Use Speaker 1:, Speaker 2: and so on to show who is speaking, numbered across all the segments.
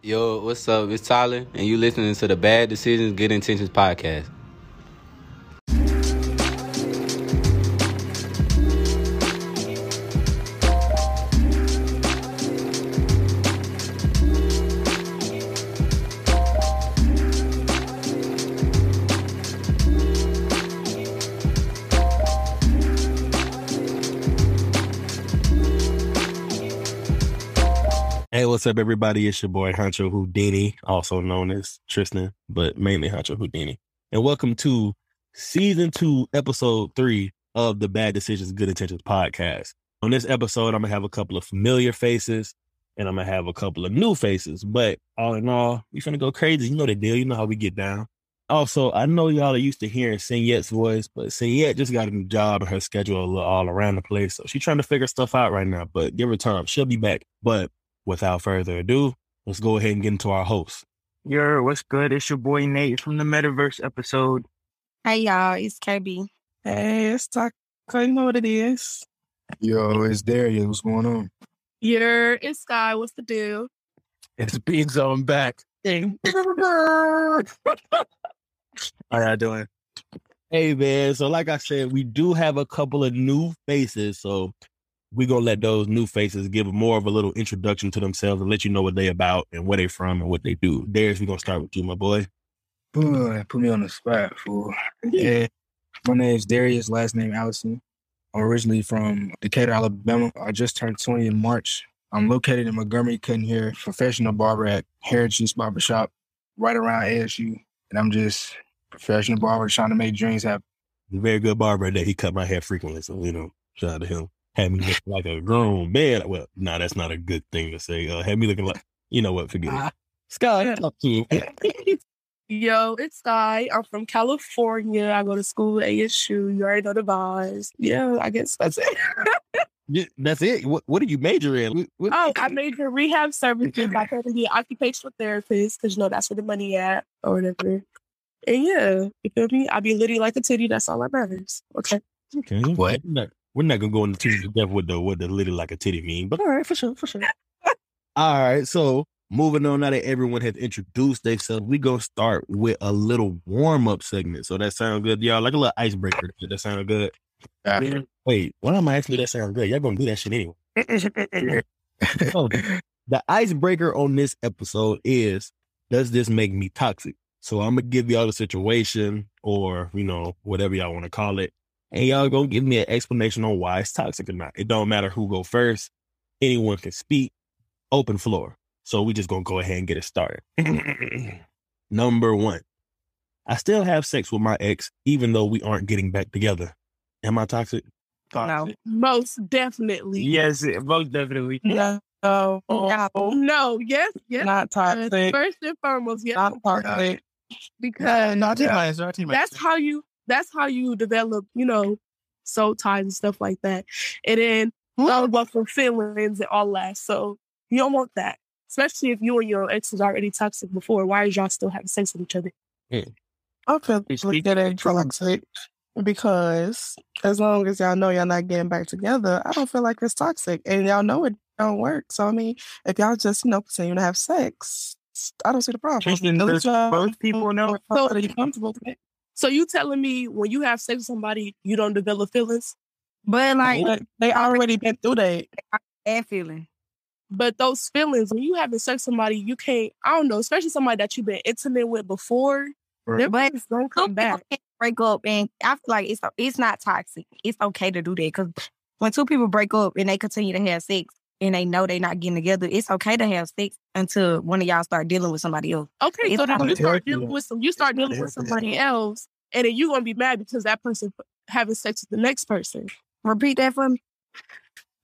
Speaker 1: Yo, what's up? It's Tyler, and you listening to the Bad Decisions, Good Intentions podcast.
Speaker 2: Hey, what's up, everybody? It's your boy Hancho Houdini, also known as Tristan, but mainly Hancho Houdini. And welcome to season two, episode three of the Bad Decisions, Good Intentions podcast. On this episode, I'm gonna have a couple of familiar faces and I'm gonna have a couple of new faces. But all in all, we finna go crazy. You know the deal, you know how we get down. Also, I know y'all are used to hearing Signette's voice, but Signette just got a new job and her schedule a little all around the place. So she's trying to figure stuff out right now, but give her time. She'll be back. But without further ado, let's go ahead and get into our host.
Speaker 3: Yo, what's good? It's your boy Nate from the Metaverse episode.
Speaker 4: Hey y'all, it's KB.
Speaker 5: Hey, it's Taco. You know what it is.
Speaker 6: Yo, it's Darius. What's going on?
Speaker 5: Yeah, it's Sky. What's the deal?
Speaker 7: It's Big Zone back.
Speaker 5: Ding.
Speaker 3: How y'all doing?
Speaker 2: Hey man, so like I said, we do have a couple of new faces, so we're gonna let those new faces give more of a little introduction to themselves and let you know what they about and where they from and what they do. Darius, we're gonna start with you, my boy.
Speaker 6: Boy, put me on the spot, fool. Yeah. My name's Darius, last name Allison. I'm originally from Decatur, Alabama. I just turned 20 in March. I'm located in Montgomery, Cutting Hair, professional barber at Heritage Barber Shop, right around ASU. And I'm just professional barber trying to make dreams happen.
Speaker 2: Very good barber that he cut my hair frequently, so you know, shout out to him. Had me looking like a grown man. Well, no, nah, that's not a good thing to say. Uh, had me looking like you know what, forget it. Scott, talk to you.
Speaker 5: Yo, it's Sky. I'm from California. I go to school at ASU. You already know the vibes. Yeah, I guess that's it.
Speaker 2: Yeah, That's it. What what do you major in? What- what-
Speaker 5: oh, I majored in rehab services. I tried to be an occupational therapist because you know that's where the money at or whatever. And yeah, you feel me? I be litty like a titty. That's all that matters. Okay.
Speaker 2: Okay.
Speaker 6: What?
Speaker 2: We're not, we're not gonna go into too much depth with the what the little like a titty mean, but all right, for sure, for sure. all right, so moving on now that everyone has introduced themselves, we gonna start with a little warm up segment. So that sound good, y'all? Like a little icebreaker. Did that sound good?
Speaker 6: Yeah.
Speaker 2: Wait, why am I asking? That sound good? Y'all gonna do that shit anyway? So, the icebreaker on this episode is does this make me toxic? So I'm gonna give y'all the situation or you know, whatever y'all want to call it. And y'all gonna give me an explanation on why it's toxic or not. It don't matter who go first, anyone can speak, open floor. So we just gonna go ahead and get it started. Number one. I still have sex with my ex, even though we aren't getting back together. Am I toxic?
Speaker 3: Thoughts?
Speaker 4: No.
Speaker 5: Most definitely.
Speaker 3: Yes, most definitely.
Speaker 4: No, no,
Speaker 5: Oh, no. Yes. Yes.
Speaker 4: not toxic.
Speaker 5: First and foremost, yes.
Speaker 4: Not toxic.
Speaker 5: because
Speaker 7: Not teammates, not teammates.
Speaker 5: that's how you that's how you develop, you know, soul ties and stuff like that. And then love about for feelings and all that. So you don't want that. Especially if you and your ex was already toxic before. Why is y'all still having sex with each other?
Speaker 4: I feel
Speaker 3: It's
Speaker 4: like that ain't toxic because as long as y'all know y'all not getting back together, I don't feel like it's toxic, and y'all know it don't work. So I mean, if y'all just you know continue to have sex, I don't see the problem.
Speaker 3: Tristan,
Speaker 4: At
Speaker 3: does
Speaker 4: least y'all-
Speaker 3: both people
Speaker 5: oh,
Speaker 3: know?
Speaker 4: So are you comfortable with it?
Speaker 5: So you telling me when you have sex with somebody, you don't develop feelings?
Speaker 4: But like they, they already been through that.
Speaker 8: That feeling.
Speaker 5: But those feelings, when you having sex with somebody, you can't, I don't know, especially somebody that you've been intimate with before,
Speaker 6: Right.
Speaker 5: them feelings don't come
Speaker 8: Some people
Speaker 5: back.
Speaker 8: can break up, and I feel like it's it's not toxic. It's okay to do that because when two people break up and they continue to have sex and they know they're not getting together, it's okay to have sex until one of y'all start dealing with somebody else.
Speaker 5: Okay,
Speaker 8: It's
Speaker 5: so then
Speaker 8: not
Speaker 5: you start
Speaker 6: healthy.
Speaker 5: dealing with some, you start dealing with
Speaker 6: healthy.
Speaker 5: somebody else, and then you're gonna be mad because that person f- having sex with the next person.
Speaker 8: Repeat that for me.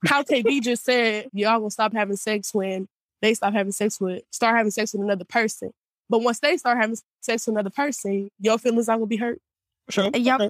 Speaker 5: How KB just said, y'all gonna stop having sex when they stop having sex with, start having sex with another person. But once they start having sex with another person, your feelings aren't gonna be hurt.
Speaker 2: Sure.
Speaker 8: Yup.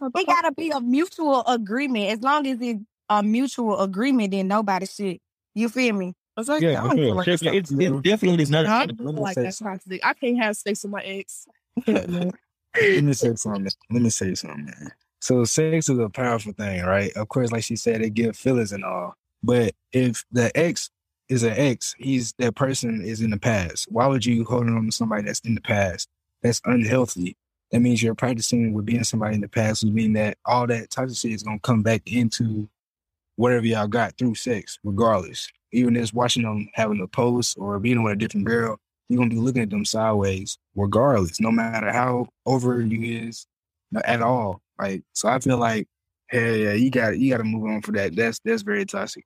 Speaker 2: Okay.
Speaker 8: It gotta be a mutual agreement. As long as it's a mutual agreement, then nobody should. You feel me?
Speaker 4: It's like I
Speaker 2: Yeah,
Speaker 4: don't feel like
Speaker 2: sure.
Speaker 4: it's
Speaker 2: It's, it's definitely not.
Speaker 5: I don't feel like that's toxic. I can't have sex with my ex.
Speaker 4: toxic.
Speaker 6: Let me say something. Let me say something, man. So sex is a powerful thing, right? Of course, like she said, it gives feelings and all. But if the ex is an ex, he's that person is in the past. Why would you hold on to somebody that's in the past? That's unhealthy. That means you're practicing with being somebody in the past, which mean that all that toxic shit is gonna come back into whatever y'all got through sex, regardless. Even just watching them having a post or being with a different girl, you're gonna be looking at them sideways, regardless, no matter how over you is no- at all. Like, so I feel like, hell yeah, you got you got to move on for that. That's that's very toxic.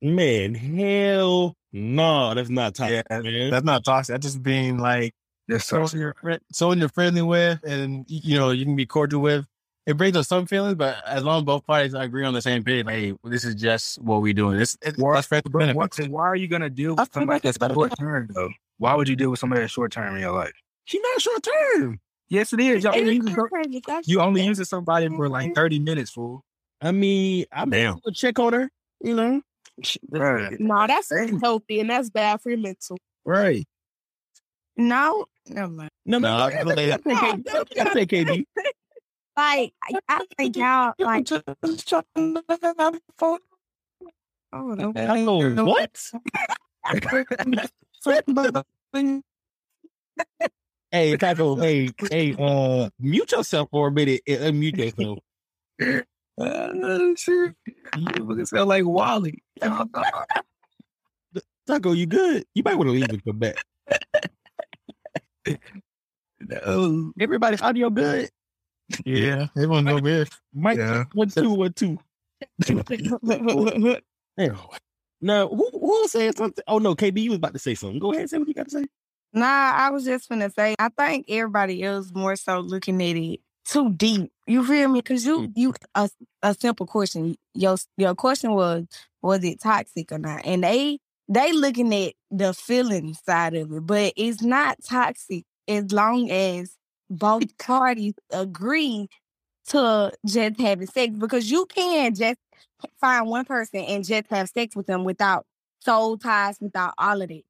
Speaker 2: Man, hell no, that's not toxic,
Speaker 7: Yeah,
Speaker 2: man.
Speaker 7: That's not toxic. That's just being like
Speaker 6: That's
Speaker 7: someone
Speaker 6: toxic.
Speaker 7: you're fri- someone you're friendly with, and you know you can be cordial with. It brings up some feelings, but as long as both parties agree on the same page, like hey, this is just what we doing. This it,
Speaker 6: War-
Speaker 7: that's friends with
Speaker 6: But what,
Speaker 7: benefits.
Speaker 6: why are you gonna deal
Speaker 4: I
Speaker 6: with
Speaker 4: feel
Speaker 6: somebody
Speaker 4: like it's
Speaker 6: that's
Speaker 4: better
Speaker 6: short term though? Why would you deal with somebody that's short term in your life? She's not short term. Yes, it is. Y'all only using- you only using somebody for like thirty minutes, fool.
Speaker 2: I mean, I'm
Speaker 7: Damn.
Speaker 2: a check on her, you know.
Speaker 6: Right.
Speaker 5: No, that's
Speaker 6: Hey.
Speaker 5: healthy and that's bad for your mental.
Speaker 6: Right.
Speaker 8: No, never mind.
Speaker 2: No,
Speaker 7: No,
Speaker 2: man,
Speaker 7: I feel like that-
Speaker 2: I say KD.
Speaker 8: Like I, I think y'all like
Speaker 4: Just trying to have fun.
Speaker 8: oh no.
Speaker 2: Hello, what?
Speaker 4: But-
Speaker 2: Hey, Taco, hey, hey, uh, mute yourself for a minute and unmute yourself.
Speaker 6: Uh, shit. You fucking sound like Wally.
Speaker 2: Taco, you good? You might want to leave and come back.
Speaker 6: no.
Speaker 2: Everybody's audio good.
Speaker 7: Yeah, everyone's no good.
Speaker 2: Mike,
Speaker 6: Yeah.
Speaker 2: one, two, one, two. Damn. Now, who, who was saying something? Oh, no, KB, you was about to say something. Go ahead and say what you got to say.
Speaker 8: Nah, I was just gonna say, I think everybody else more so looking at it too deep. You feel me? Because you, you, a, a simple question. Your your question was, was it toxic or not? And they they looking at the feeling side of it, but it's not toxic as long as both parties agree to just having sex. Because you can just find one person and just have sex with them without soul ties, without all of it.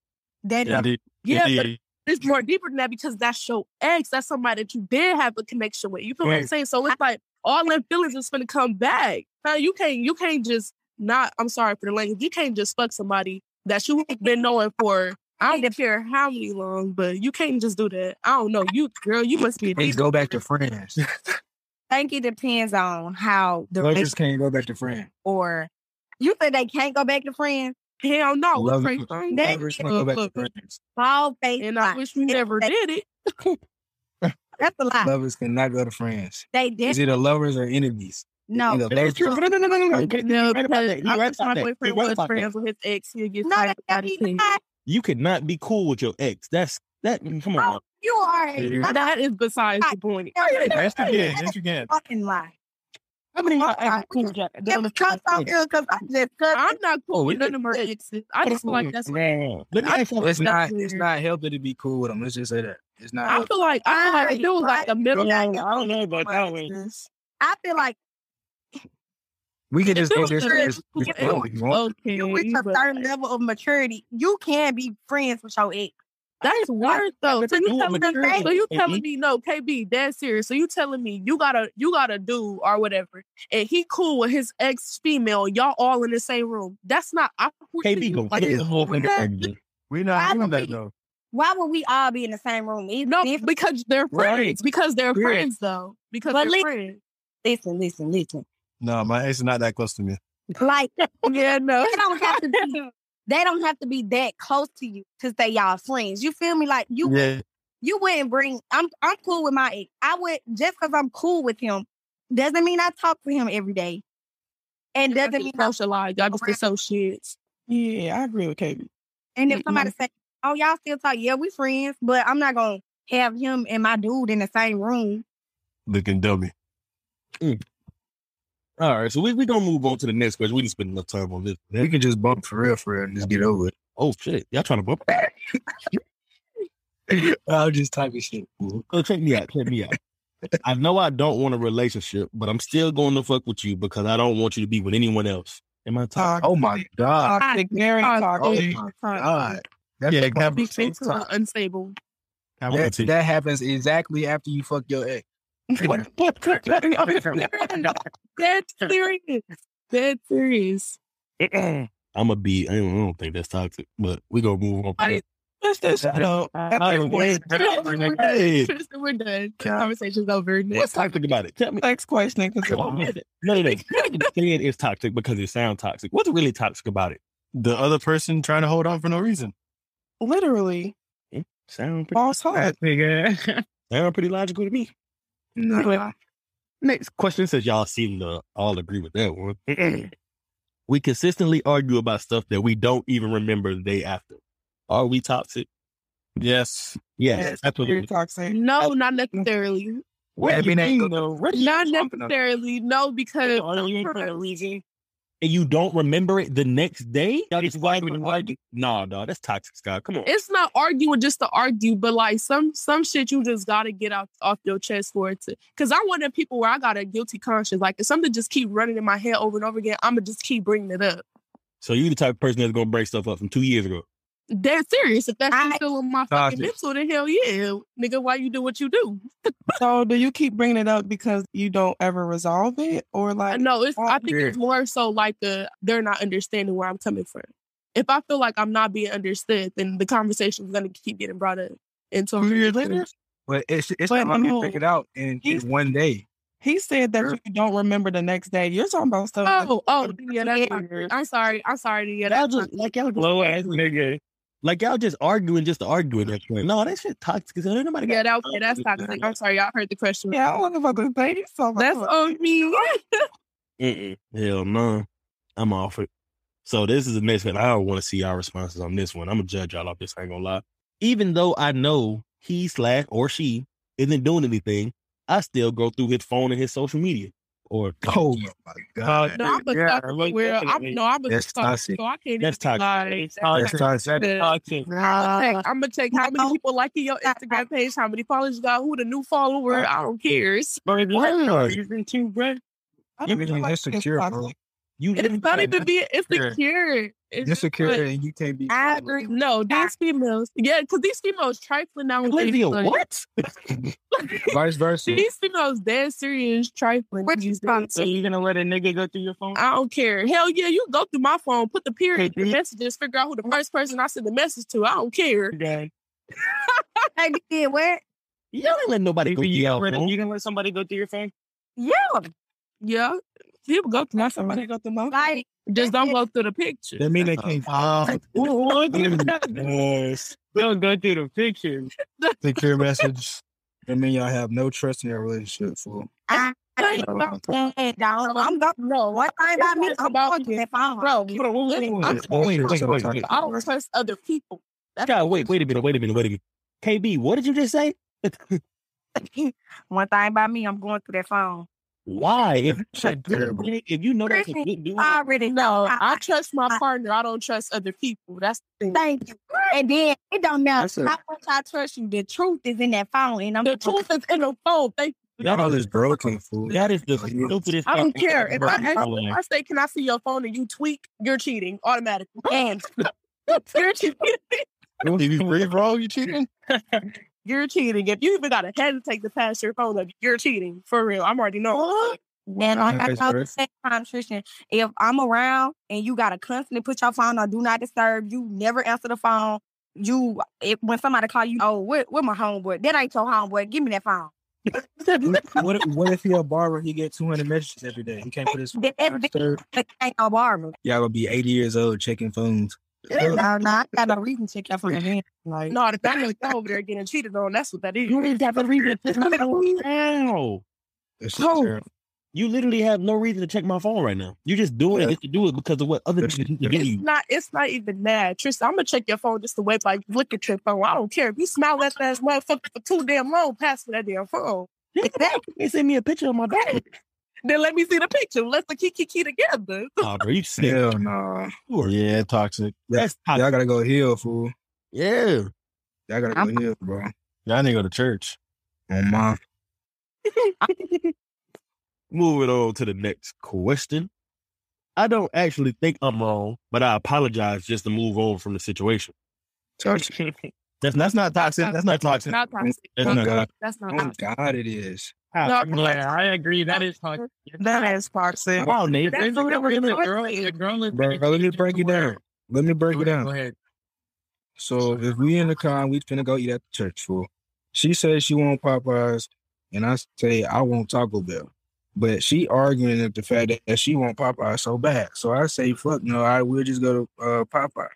Speaker 8: That is
Speaker 7: Indeed.
Speaker 5: Yeah, but
Speaker 7: Indeed.
Speaker 5: it's more deeper than that because that's your ex. That's somebody that you did have a connection with. You feel what I'm
Speaker 6: Right.
Speaker 5: saying? So it's like all them feelings is gonna come back. Now you can't you can't just not I'm sorry for the language. You can't just fuck somebody that you've been knowing for I don't care how many long, but you can't just do that. I don't know. You girl, you must be a
Speaker 6: Please
Speaker 5: deep
Speaker 6: go back to friends.
Speaker 8: think it depends on how the
Speaker 6: Lovers
Speaker 8: relationship
Speaker 6: can't go back to friends.
Speaker 8: or you think they can't go back to friends?
Speaker 5: hell no. we
Speaker 6: Love-
Speaker 5: crazy.
Speaker 8: That-
Speaker 6: Lovers can't go back to friends.
Speaker 8: Ball face
Speaker 5: And I
Speaker 8: lie.
Speaker 5: wish we never did it.
Speaker 8: That's a lie.
Speaker 6: Lovers cannot go to friends.
Speaker 8: They
Speaker 6: Is
Speaker 8: did
Speaker 6: it a lovers or enemies?
Speaker 8: no.
Speaker 6: Either lovers-
Speaker 2: No, no, no, no, no, no.
Speaker 5: You know,
Speaker 2: right about
Speaker 5: because
Speaker 2: that. You're
Speaker 5: I
Speaker 2: right
Speaker 5: wish my
Speaker 2: about that.
Speaker 5: boyfriend
Speaker 2: You're right
Speaker 5: was
Speaker 2: about that.
Speaker 5: friends with his ex. He'll get
Speaker 8: No,
Speaker 5: tired
Speaker 8: that
Speaker 5: about it.
Speaker 8: is
Speaker 5: too.
Speaker 8: not.
Speaker 2: You cannot be cool with your ex. That's that. Come on.
Speaker 8: You are a
Speaker 6: Yeah.
Speaker 8: liar.
Speaker 5: That is besides the point.
Speaker 7: Yes, you can. Yes, you can.
Speaker 8: fucking lie.
Speaker 2: How many
Speaker 8: I'm cool with If it comes out here because I'm just
Speaker 5: I'm not cool
Speaker 2: Oh,
Speaker 5: with
Speaker 2: it-
Speaker 5: none of her exes. I just feel like that's.
Speaker 2: Let me ask you-
Speaker 6: Well, it's not. It's not healthy to be cool with them. Let's just say that it's not.
Speaker 5: I
Speaker 6: healthy.
Speaker 5: feel like I feel like if it was like a middle.
Speaker 2: I don't know about that one.
Speaker 8: I feel like
Speaker 6: We could
Speaker 5: If
Speaker 6: just
Speaker 5: it
Speaker 6: go
Speaker 5: was
Speaker 6: there.
Speaker 5: a-
Speaker 6: Just, just go if you want.
Speaker 5: Okay,
Speaker 8: you reach a
Speaker 5: but
Speaker 8: certain level of maturity. You can be friends with your ex.
Speaker 5: that's worse though. So you
Speaker 2: You
Speaker 5: telling
Speaker 2: immature,
Speaker 5: me? So you
Speaker 2: KB.
Speaker 5: telling me no, KB? Dead serious. So you telling me you got to you got to do or whatever, and he cool with his ex female. Y'all all in the same room. That's not awkward. to
Speaker 2: KB
Speaker 5: you?
Speaker 2: gonna
Speaker 5: Like,
Speaker 2: get the whole thing.
Speaker 7: We're not
Speaker 8: I
Speaker 7: doing that
Speaker 8: believe-
Speaker 7: though.
Speaker 8: Why would we all be in the same room? It's
Speaker 5: no,
Speaker 8: different.
Speaker 5: because they're
Speaker 6: Right.
Speaker 5: friends. Because they're
Speaker 6: Correct.
Speaker 5: friends though. Because
Speaker 8: But li-
Speaker 5: they're friends.
Speaker 8: listen, listen, listen.
Speaker 7: No, my ex is not that close to me.
Speaker 8: Like
Speaker 5: Yeah, no.
Speaker 8: they don't have to be they don't have to be that close to you to say y'all friends. You feel me? Like you
Speaker 7: Yeah,
Speaker 8: you wouldn't bring I'm I'm cool with my ex. I would just because I'm cool with him doesn't mean I talk to him every day. And doesn't mean
Speaker 5: socialize. Y'all just associates.
Speaker 4: yeah, I agree with Katie.
Speaker 8: and if somebody say, Oh, y'all still talk, yeah, we friends, but I'm not gonna have him and my dude in the same room.
Speaker 7: looking dummy.
Speaker 2: Mm. All right, so we we gonna move on to the next question. We didn't spend enough time on this.
Speaker 6: We can just bump for real, for real, and just get over
Speaker 2: Oh shit, y'all trying to bump?
Speaker 6: it. I'm just typing shit. fool.
Speaker 2: Oh, check me out. Check me out. I know I don't want a relationship, but I'm still going to fuck with you because I don't want you to be with anyone else. Am I talking?
Speaker 4: Toxic,
Speaker 6: Oh my god.
Speaker 4: toxic, very
Speaker 6: Oh
Speaker 4: toxic.
Speaker 6: my god. That's
Speaker 7: Yeah,
Speaker 6: the fucking
Speaker 7: Gabby-
Speaker 6: same time.
Speaker 5: Unstable.
Speaker 6: that, that happens exactly after you fuck your ex.
Speaker 5: Dead serious. Dead serious.
Speaker 2: I'm gonna be. I don't, I don't think that's toxic, but we gonna move on. from
Speaker 5: I-
Speaker 2: that.
Speaker 4: It's just,
Speaker 2: I don't. I don't
Speaker 5: We're
Speaker 2: even-
Speaker 5: done.
Speaker 2: Hey,
Speaker 5: Tristan, we're done. Conversation's over.
Speaker 2: what's toxic about it? Tell me.
Speaker 4: next question. 'cause-
Speaker 2: No, no, no. Saying it's toxic because it sounds toxic. What's really toxic about it?
Speaker 7: The other person trying to hold on for no reason.
Speaker 4: Literally,
Speaker 2: Sound pretty,
Speaker 4: false heart.
Speaker 2: sound pretty logical to me. Next question, since y'all seem to all agree with that one. we consistently argue about stuff that we don't even remember the day after. Are we toxic?
Speaker 7: Yes.
Speaker 2: Yes,
Speaker 4: Yes, Very
Speaker 2: absolutely.
Speaker 4: toxic.
Speaker 5: No, not necessarily.
Speaker 2: What
Speaker 6: Happy
Speaker 2: you
Speaker 6: name.
Speaker 2: mean, though? What you-
Speaker 5: Not necessarily. No, because
Speaker 2: and you don't remember it the next day? Y'all just No, no, that's toxic, Scott. Come on.
Speaker 5: it's not arguing just to argue, but like some some shit you just gotta get out off your chest for it to. Because I'm one of the people where I got a guilty conscience. Like if something just keep running in my head over and over again, I'ma just keep bringing it up.
Speaker 2: So you the type of person that's gonna break stuff up from two years ago.
Speaker 5: Dead serious. If that's
Speaker 8: I-
Speaker 5: still in my fucking
Speaker 7: Toxic.
Speaker 5: mental, then hell yeah, nigga. Why you do what you do?
Speaker 4: So, do you keep bringing it up because you don't ever resolve it, or like,
Speaker 5: No, it's. I
Speaker 4: Oh,
Speaker 5: think it's more so like the they're not understanding where I'm coming from. If I feel like I'm not being understood, then the conversation is gonna keep getting brought up. Until
Speaker 7: Two years later?
Speaker 6: But it's it's
Speaker 4: But
Speaker 6: not like
Speaker 4: no.
Speaker 6: you pick it out in, in
Speaker 4: He's-
Speaker 6: one day.
Speaker 4: he said that
Speaker 6: Sure.
Speaker 4: you don't remember the next day? You're talking about stuff. that-
Speaker 5: Oh, oh, yeah, that's not- I'm sorry. I'm sorry to hear
Speaker 2: Y'all
Speaker 5: that.
Speaker 2: just like y'all low ass nigga. Like y'all just arguing just to argue at that point. No, that shit toxic. as hell. Ain't nobody
Speaker 5: Yeah,
Speaker 2: got
Speaker 5: that, okay, that's toxic. I'm sorry, y'all heard the question.
Speaker 4: yeah, I don't know about the day. So
Speaker 5: that's oh, on me.
Speaker 2: Mm-mm. Hell no. I'm off it. So this is the next one. I don't want to see y'all responses on this one. I'm gonna judge y'all off this. I ain't gonna lie. Even though I know he slash or she isn't doing anything, I still go through his phone and his social media. Or
Speaker 6: Oh my god,
Speaker 5: Uh, No, I'm a
Speaker 6: Yeah,
Speaker 5: toxic.
Speaker 2: like,
Speaker 5: where I'm,
Speaker 2: definitely.
Speaker 5: no, I'm a
Speaker 6: That's toxic.
Speaker 5: So I can't
Speaker 2: That's
Speaker 5: even lie.
Speaker 6: that's toxic.
Speaker 5: That's
Speaker 2: toxic.
Speaker 5: toxic. I'm gonna check how many people liking your Instagram page, how many followers you got, who the new follower. I don't care. It's,
Speaker 4: I
Speaker 6: You're being
Speaker 4: like it's
Speaker 6: insecure, bro.
Speaker 4: toxic.
Speaker 2: You
Speaker 5: it's not even being insecure. It's just
Speaker 6: Insecure
Speaker 5: like-
Speaker 6: and you can't be.
Speaker 8: I agree.
Speaker 5: No, these females. Yeah, because these females trifling now. and
Speaker 2: Olivia,
Speaker 5: things like-
Speaker 2: what?
Speaker 6: Vice versa.
Speaker 5: These females dead serious trifling.
Speaker 8: What you
Speaker 5: these
Speaker 8: gonna
Speaker 5: days.
Speaker 8: say?
Speaker 5: I don't care. Hell yeah, you go through my phone, put the period in the messages, figure out who the first person I sent the message to. I don't care.
Speaker 8: Hey, did what?
Speaker 2: Y'all ain't letting nobody go through y'all phone.
Speaker 7: can let somebody go through your phone?
Speaker 8: Yeah,
Speaker 5: Yeah. People go through my
Speaker 4: Not
Speaker 5: phone.
Speaker 4: somebody go through my
Speaker 8: like
Speaker 5: Just don't go through the picture.
Speaker 6: That mean they can't.
Speaker 7: Uh,
Speaker 2: Yes.
Speaker 7: don't go through the picture. Secure message.
Speaker 6: That mean y'all have no trust in your relationship, fool.
Speaker 8: I.
Speaker 5: Think about that.
Speaker 8: Hey, dog, I'm go. No, one thing about me,
Speaker 5: It's
Speaker 8: I'm
Speaker 5: about
Speaker 8: going to
Speaker 5: you.
Speaker 8: that phone.
Speaker 5: Bro, you don't listen. I'm- I don't trust other people.
Speaker 2: God, wait, wait a minute, wait a minute, wait a minute. KB, what did you just say?
Speaker 8: One thing about me, I'm going through that phone.
Speaker 2: Why? If,
Speaker 6: Terrible.
Speaker 2: if you know that's a good dude,
Speaker 8: I already know.
Speaker 5: I trust my partner. I don't trust other people. That's the thing.
Speaker 8: Thank you. And then it don't
Speaker 6: That's
Speaker 8: matter
Speaker 6: it.
Speaker 8: how much I trust you. The truth is in that phone, and I'm
Speaker 5: The truth is in the phone. Thank
Speaker 6: Y'all is broken, fool.
Speaker 2: that is the stupidest.
Speaker 5: I don't
Speaker 2: fucking-
Speaker 5: care. If I, ask,
Speaker 2: Bro,
Speaker 5: if I say, can I see your phone and you tweak, you're cheating automatically. And you're cheating.
Speaker 7: Did you read wrong? You cheating?
Speaker 5: You're cheating. If you even got to hesitate to pass your phone up, you're cheating. For real. I'm already know.
Speaker 8: Then like I
Speaker 6: Nice,
Speaker 8: told you
Speaker 6: Chris.
Speaker 8: same time, Tristan, if I'm around and you gotta constantly put your phone on do not disturb, you never answer the phone. You if, when somebody call you, oh, where, where my homeboy? That ain't your homeboy. Give me that phone.
Speaker 6: What, what, if- what if he a barber? He get two hundred messages every day. He can't put his.
Speaker 8: That, that, that
Speaker 6: Sir,
Speaker 8: ain't no barber.
Speaker 6: Y'all gonna be eighty years old checking phones.
Speaker 8: no, no, I got no reason to check your phone. again. Like
Speaker 5: No, the family is over there getting cheated on. That's what that is.
Speaker 2: Ow.
Speaker 6: That's
Speaker 2: Oh.
Speaker 6: terrible.
Speaker 2: You literally have no reason to check my phone right now. You're just doing it just to do it because of what other
Speaker 6: That's-
Speaker 2: people do.
Speaker 5: It's
Speaker 2: You.
Speaker 5: not. It's not even that, Tristan. I'm gonna check your phone just the way like look at your phone. I don't care if you smile at that motherfucker for too damn long. Pass me that damn phone.
Speaker 2: They send me a picture of my dad.
Speaker 5: Then let me see the picture. Let's the kiki key together.
Speaker 2: Oh, bro, you sick.
Speaker 6: Hell no.
Speaker 2: You are-
Speaker 7: Yeah, toxic.
Speaker 2: That's toxic.
Speaker 6: Y'all gotta go heal, fool.
Speaker 2: Yeah.
Speaker 6: Y'all gotta
Speaker 8: I'm-
Speaker 6: go heal, bro.
Speaker 7: Y'all need to go to church.
Speaker 6: Oh my.
Speaker 2: Moving on to the next question. I don't actually think I'm wrong, but I apologize just to move on from the situation.
Speaker 6: Touch.
Speaker 2: That's that's not toxic. That's not toxic.
Speaker 5: Not toxic.
Speaker 2: That's
Speaker 5: No,
Speaker 2: not
Speaker 6: God.
Speaker 5: That's not
Speaker 6: Oh
Speaker 5: toxic.
Speaker 6: God, it is.
Speaker 7: I'm glad. I agree. That is toxic.
Speaker 4: That is toxic.
Speaker 2: Wow, Nate.
Speaker 5: That's what it was toxic.
Speaker 6: Bro, let me break it down. Let me break it down.
Speaker 7: Go ahead.
Speaker 6: So if we in the car, and we finna go eat at the church fool. She says she want Popeyes, and I say I want Taco Bell. But she arguing at the fact that she want Popeyes so bad. So I say, fuck no, I will just go to uh, Popeye.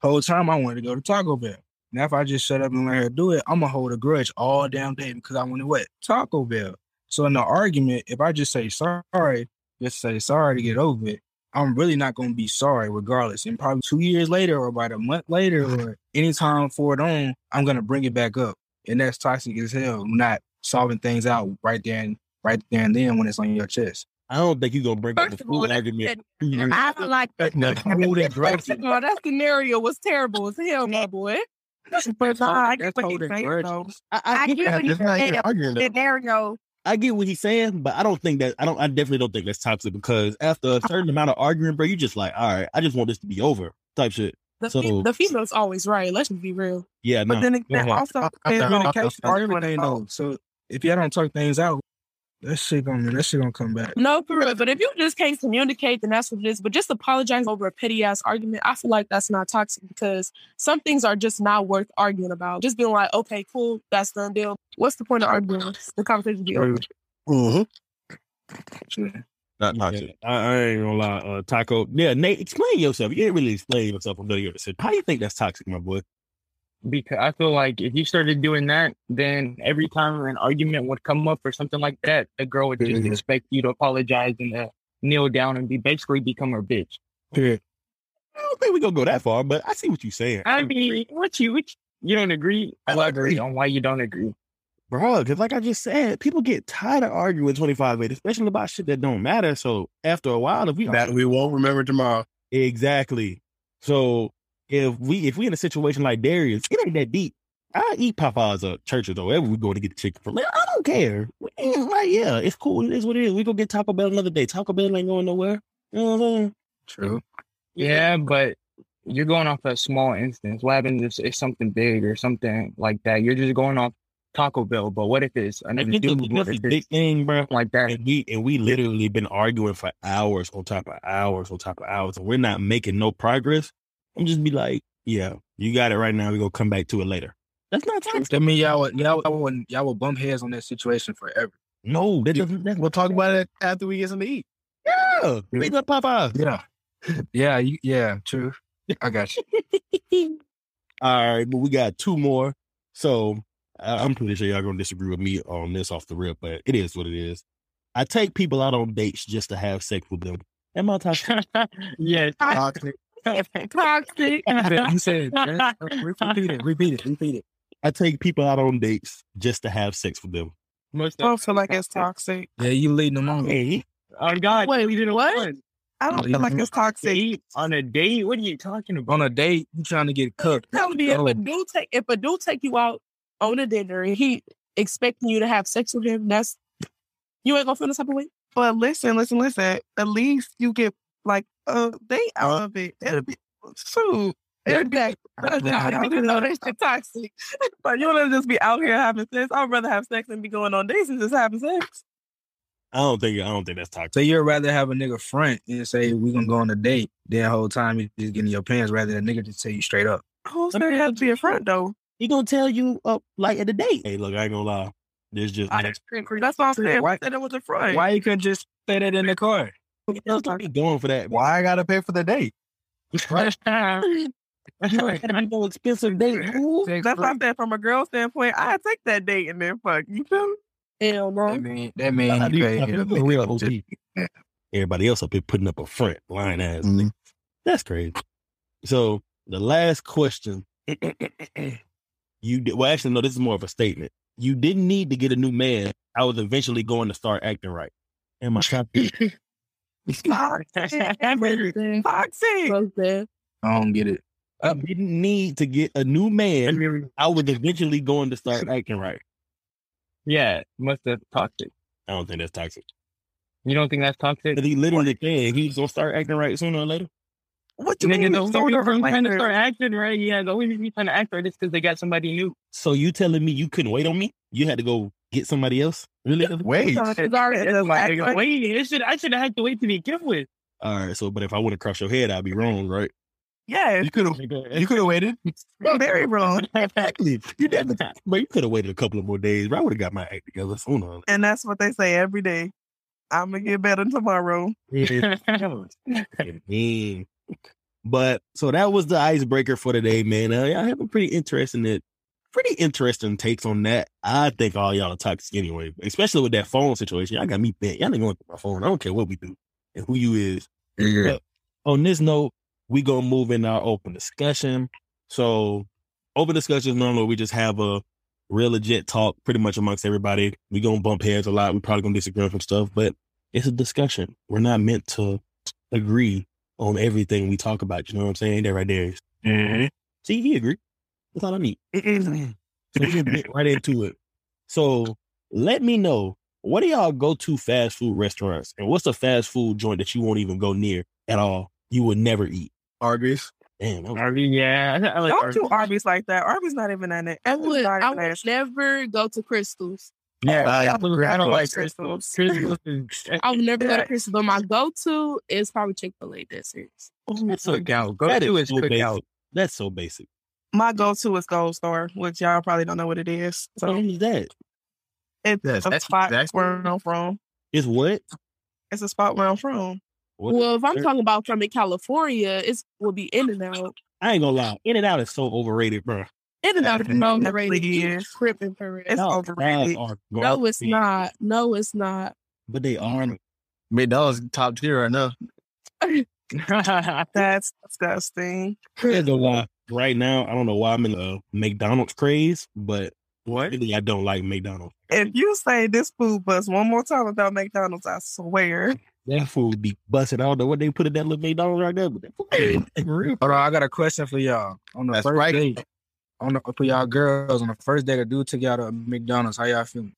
Speaker 6: Whole time I wanted to go to Taco Bell. Now if I just shut up and let her do it, I'ma hold a grudge all damn day because I want to what Taco Bell. So in the argument, if I just say sorry, just say sorry to get over it, I'm really not going to be sorry regardless. And probably two years later or about a month later or anytime forward on, I'm going to bring it back up. And that's toxic as hell, not solving things out right there and right there and then when it's on your chest.
Speaker 2: I don't think you're gonna bring up
Speaker 5: First
Speaker 2: the
Speaker 5: of all,
Speaker 2: food
Speaker 5: that-
Speaker 2: argument.
Speaker 8: I don't like
Speaker 7: No, hold it, bro.
Speaker 5: First of all, that scenario was terrible as hell, my boy.
Speaker 4: But nah, I get
Speaker 6: That's
Speaker 4: what
Speaker 6: holding
Speaker 4: you're saying,
Speaker 6: grudges.
Speaker 4: though.
Speaker 2: I,
Speaker 8: I
Speaker 2: I,
Speaker 8: get
Speaker 2: get,
Speaker 8: what
Speaker 7: That's not even
Speaker 8: you're
Speaker 7: arguing. though.
Speaker 8: scenario.
Speaker 2: I get what he's saying, but I don't think that I don't. I definitely don't think that's toxic because after a certain amount of arguing, bro, you just like, all right, I just want this to be over, type shit.
Speaker 5: The,
Speaker 2: So-
Speaker 5: fe- the female's always right. Let's just be real.
Speaker 2: Yeah,
Speaker 4: But
Speaker 2: no.
Speaker 4: then again,
Speaker 2: ahead.
Speaker 4: also
Speaker 7: I'm
Speaker 4: depends
Speaker 7: down.
Speaker 4: on
Speaker 7: I'm
Speaker 4: what
Speaker 6: Communication is
Speaker 4: you're arguing
Speaker 6: everything
Speaker 4: about.
Speaker 6: though. So if y'all don't talk things out, that shit going to that shit going to come back.
Speaker 5: No, for real. But if you just can't communicate, then that's what it is. But just apologize over a petty ass argument, I feel like that's not toxic because some things are just not worth arguing about. Just being like, okay, cool, that's done deal. What's the point of arguing? The conversation be over.
Speaker 6: Shit.
Speaker 2: Not toxic. I, I ain't gonna lie. Uh, Taco. Yeah, Nate, explain yourself. You didn't really explain yourself on video. So How you think that's toxic, my boy?
Speaker 7: because I feel like if you started doing that, then every time an argument would come up or something like that, the girl would just
Speaker 6: Mhm.
Speaker 7: expect you to apologize and to kneel down and be basically become her bitch.
Speaker 6: Period.
Speaker 2: I don't think we gonna go that far, but I see what you're saying,
Speaker 7: I mean, what you what you- you don't agree? Elaborate on why you don't agree.
Speaker 2: bro. Because like I just said, people get tired of arguing 25 minutes, especially about shit that don't matter. So after a while, if we
Speaker 9: That we won't remember tomorrow.
Speaker 2: Exactly. So if we if we in a situation like Darius, it ain't that deep. I eat Popeyes or churches or wherever we go to get the chicken from. Like, I don't care. We ain't- Like, yeah, it's cool. It is what it is. We go get Taco Bell another day. Taco Bell ain't going nowhere. You know what I'm saying?
Speaker 6: True.
Speaker 7: Yeah, but you're going off a small instance. What happens if it's something big or something like that? You're just going off Taco Bell. But what if it's another
Speaker 2: Like, it's a,
Speaker 7: dude? What
Speaker 2: it's a
Speaker 7: if it's
Speaker 2: big thing, bro.
Speaker 7: something like that?
Speaker 2: And we and we literally been arguing for hours on top of hours on top of hours, and we're not making no progress. I'm just be like, yeah, you got it right now. We gonna come back to it later. That's not toxic.
Speaker 6: That mean y'all would, y'all, would- y'all would, y'all would bump heads on that situation forever.
Speaker 2: No, that doesn't. That's
Speaker 7: We'll talk about it after we get some to eat.
Speaker 2: yeah. We got Popeyes.
Speaker 6: Yeah. Yeah. You, yeah. True. I got you.
Speaker 2: All right, but we got two more. So I I'm pretty sure y'all gonna disagree with me on this off the rip, but it is what it is. I take people out on dates just to have sex with them. Am I toxic?
Speaker 7: yes.
Speaker 5: Toxic.
Speaker 6: you said, that. repeat it. Repeat it. Repeat it.
Speaker 2: I take people out on dates just to have sex with them.
Speaker 7: Most
Speaker 4: I don't feel like it's toxic.
Speaker 6: Yeah, you leading them on.
Speaker 2: Hey,
Speaker 7: Oh God!
Speaker 5: Wait,
Speaker 7: we did
Speaker 5: what?
Speaker 4: I don't feel like it's
Speaker 7: To
Speaker 4: toxic.
Speaker 7: eat on a date? What are you talking about?
Speaker 6: on a date, you trying to get cooked.
Speaker 5: Tell me if
Speaker 6: Oh.
Speaker 5: a dude take if a dude take you out on a dinner and he expecting you to have sex with him, that's you ain't gonna feel the type of way.
Speaker 4: But listen, listen, listen. At least you get like a day out of it. It'll be shoot. It'll be
Speaker 5: That's
Speaker 6: I-
Speaker 5: toxic. You know, that's just toxic.
Speaker 4: But you wanna just be out here having sex. I'd rather have sex than be going on dates and just having sex.
Speaker 2: I don't think I don't think that's toxic.
Speaker 6: So you'd rather have a nigga front and say we gonna go on a date, then the whole time you just getting your pants rather than a nigga just tell you straight up.
Speaker 4: Who said it has to be a front though?
Speaker 2: He gonna tell you uh, like at the date. Hey, look, I ain't gonna lie. There's just
Speaker 6: I-
Speaker 4: Ah, That's what I'm saying.
Speaker 6: Why-
Speaker 4: Why said it was a front?
Speaker 6: Why you couldn't just say that in the car?
Speaker 2: Let's not be going for that.
Speaker 7: Why I gotta pay for the date?
Speaker 2: Gotta be no expensive date. fool.
Speaker 4: That's what I'm saying from a girl standpoint. I take that date and then fuck. You feel me?
Speaker 5: Hell
Speaker 6: That
Speaker 5: no.
Speaker 6: mean that mean
Speaker 2: I
Speaker 6: you
Speaker 2: do-
Speaker 6: pay
Speaker 2: I feel
Speaker 6: him.
Speaker 2: real OP. Everybody else up here putting up a front line ass. nigga. That's crazy. So the last question, you did, well actually no, this is more of a statement. You didn't need to get a new man. I was eventually going to start acting right. Am I toxic?
Speaker 5: Everything.
Speaker 4: Toxic.
Speaker 5: Both there.
Speaker 6: I don't get it.
Speaker 2: I didn't need to get a new man. I was eventually going to start acting right.
Speaker 7: yeah, must have toxic.
Speaker 2: I don't think that's toxic.
Speaker 7: You don't think that's toxic?
Speaker 2: But he literally said he was gonna start acting right sooner or later.
Speaker 4: What you
Speaker 3: Nigga,
Speaker 4: mean?
Speaker 3: those
Speaker 4: it's over
Speaker 3: women from
Speaker 4: like
Speaker 3: trying to
Speaker 4: that?
Speaker 3: start acting, right? Yeah, the only reason you trying to act right is because they got somebody new.
Speaker 2: So you telling me you couldn't wait on me? You had to go get somebody else? Really?
Speaker 7: Wait.
Speaker 3: It's
Speaker 4: already-
Speaker 3: it's like, wait, it should, I should have had to wait to begin with.
Speaker 2: All right. So, but if I would have crushed your head, I'd be wrong, right?
Speaker 4: Yeah,
Speaker 7: You could have. You could have waited.
Speaker 4: very wrong.
Speaker 2: Exactly. You did But you could have waited a couple of more days. But I would have got my act together sooner.
Speaker 4: And that's what they say every day. I'm gonna get better tomorrow.
Speaker 2: Man. But so that was the icebreaker for today, man. I, I have a pretty interesting that pretty interesting takes on that. I think all y'all are toxic anyway, especially with that phone situation. Y'all got me bent. Y'all ain't going through my phone. I don't care what we do and who you is.
Speaker 6: Yeah.
Speaker 2: on this note, we gonna move in our open discussion. So open discussions normally we just have a real legit talk pretty much amongst everybody. We gonna bump heads a lot. We probably gonna disagree on some stuff, but it's a discussion. We're not meant to agree on everything we talk about. You know what I'm saying? That right there. See, he agree. That's all I need. So we can get right into it. So let me know what do y'all go to fast food restaurants and what's a fast food joint that you won't even go near at all? You would never eat.
Speaker 7: Arby's.
Speaker 2: Damn, that was-
Speaker 3: RV, yeah. I, I like
Speaker 4: Don't
Speaker 3: RV.
Speaker 4: do Arby's like that. Arby's not even in it.
Speaker 5: I
Speaker 4: Arby's
Speaker 5: would,
Speaker 4: not
Speaker 5: I
Speaker 4: even in
Speaker 5: would
Speaker 4: it.
Speaker 5: never go to Crystals.
Speaker 3: Yeah,
Speaker 7: I
Speaker 3: I don't like
Speaker 4: Crystals.
Speaker 3: crystals. Crystals is
Speaker 5: I would never go to
Speaker 4: Yeah.
Speaker 5: Crystals, but my go to is probably Chick fil A desserts.
Speaker 2: that's so,
Speaker 6: Cookout. Go
Speaker 2: that
Speaker 6: to
Speaker 2: is
Speaker 6: his
Speaker 2: so
Speaker 6: cookout.
Speaker 2: basic. That's so basic.
Speaker 4: My go-to is Gold Store, which y'all probably don't know what it is.
Speaker 2: What
Speaker 4: So
Speaker 2: is that?
Speaker 4: it's
Speaker 7: Yes,
Speaker 4: a
Speaker 7: that's
Speaker 4: spot
Speaker 7: exactly-
Speaker 4: where I'm from.
Speaker 2: It's what?
Speaker 4: It's a spot where I'm from.
Speaker 2: what?
Speaker 5: Well, if I'm
Speaker 2: Sure.
Speaker 5: talking about from in California, it will be In and Out.
Speaker 2: I ain't gonna lie. In and out is so overrated, bro.
Speaker 5: In and Out is
Speaker 3: Definitely
Speaker 5: overrated. You
Speaker 4: is.
Speaker 5: tripping for it.
Speaker 4: It's
Speaker 2: Y'all guys
Speaker 4: overrated.
Speaker 2: are
Speaker 5: No,
Speaker 2: garbage.
Speaker 5: it's not. No, it's not.
Speaker 2: But they are.
Speaker 7: McDonald's top tier right now.
Speaker 4: That's disgusting.
Speaker 2: I ain't gonna lie. Right now, I don't know why I'm in a McDonald's craze, but
Speaker 7: What?
Speaker 2: really, I don't like McDonald's.
Speaker 4: If you say this food bus one more time about McDonald's, I swear.
Speaker 2: That food be busted. I don't know what they put in that little McDonald's right there, but that food be real.
Speaker 6: Hold on, I got a question for y'all. On the
Speaker 7: That's
Speaker 6: first
Speaker 7: right.
Speaker 6: date, on the for y'all girls, on the first date, a dude took y'all to McDonald's. How y'all feeling?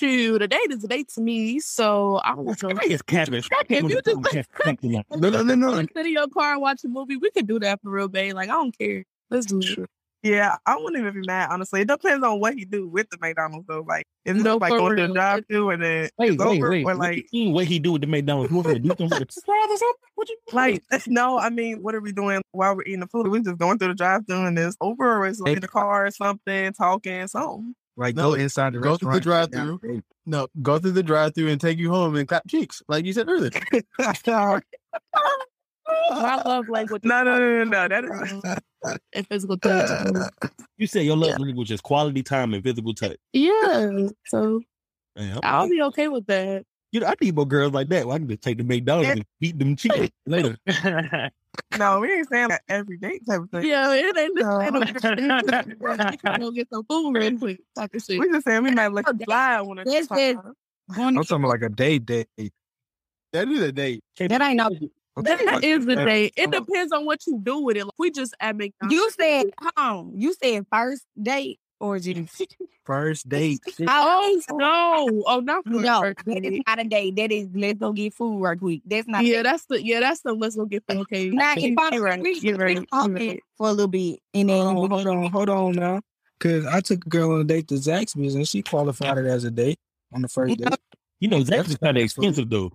Speaker 5: Shoot, a date is a date to me, so I don't know.
Speaker 2: Strike is Catherine. Strike
Speaker 5: If
Speaker 2: is
Speaker 5: you just-
Speaker 2: Catherine.
Speaker 7: No, no, no, no.
Speaker 5: Sit in your car and watch a movie. We could do that for real, babe. Like I don't care. Let's do it.
Speaker 4: Yeah, I wouldn't even be mad, honestly. It depends on what he do with the McDonald's though. Like is it
Speaker 5: No,
Speaker 4: like
Speaker 5: for
Speaker 4: going to
Speaker 5: real.
Speaker 4: the drive through and then
Speaker 2: Wait,
Speaker 4: Go
Speaker 2: wait,
Speaker 4: for it,
Speaker 2: wait.
Speaker 4: or
Speaker 2: What
Speaker 4: like-
Speaker 2: you mean what he do with the McDonald's? You want me to do something with the fries or something? What you
Speaker 4: like no, I mean, what are we doing while we're eating the food? we just going through the drive through and it's over or it's like in the car or something, talking, something.
Speaker 6: Like
Speaker 7: No,
Speaker 6: go inside the
Speaker 7: go through the
Speaker 6: restaurant.
Speaker 7: drive-thru. No, go through the drive-through and take you home and clap cheeks, like you said earlier.
Speaker 5: I love language.
Speaker 4: No, no, no, no, no. That is
Speaker 5: and physical touch.
Speaker 2: You said your love language is quality time and physical touch.
Speaker 5: Yeah, so
Speaker 2: Man, I'm-
Speaker 5: I'll be okay with that.
Speaker 2: you know, I need more girls like that. Well, I can just take the McDonald's and beat them cheeks later.
Speaker 4: no, we ain't saying like every date type of thing.
Speaker 5: Yeah, it ain't.
Speaker 4: No.
Speaker 5: Go get some food real quick. Type of shit.
Speaker 4: We just saying we might let
Speaker 5: Oh,
Speaker 4: you
Speaker 5: that-
Speaker 4: fly on a
Speaker 8: that's it.
Speaker 4: time.
Speaker 8: Going-
Speaker 6: I'm talking about like a day date.
Speaker 7: That is a date.
Speaker 8: That ain't no.
Speaker 5: That is the
Speaker 6: Yeah.
Speaker 5: thing. It depends on what you do with it. Like, we just at McDonald's.
Speaker 8: You said home. You said first date or you.
Speaker 6: First date.
Speaker 5: Oh no! Oh, not for the
Speaker 8: No,
Speaker 5: first
Speaker 8: that is
Speaker 5: date.
Speaker 8: not a date. That is let's go get food right quick. That's not.
Speaker 5: Yeah, that's the yeah, that's the let's go get food. Okay,
Speaker 8: Not if I'm
Speaker 4: You're right.
Speaker 8: we-
Speaker 4: You're right.
Speaker 8: we talking for a little bit and then
Speaker 6: Oh, hold on, hold on now. Cause I took a girl on a date to Zaxby's and she qualified it as a date on the first date.
Speaker 2: You know, that's kind of expensive though.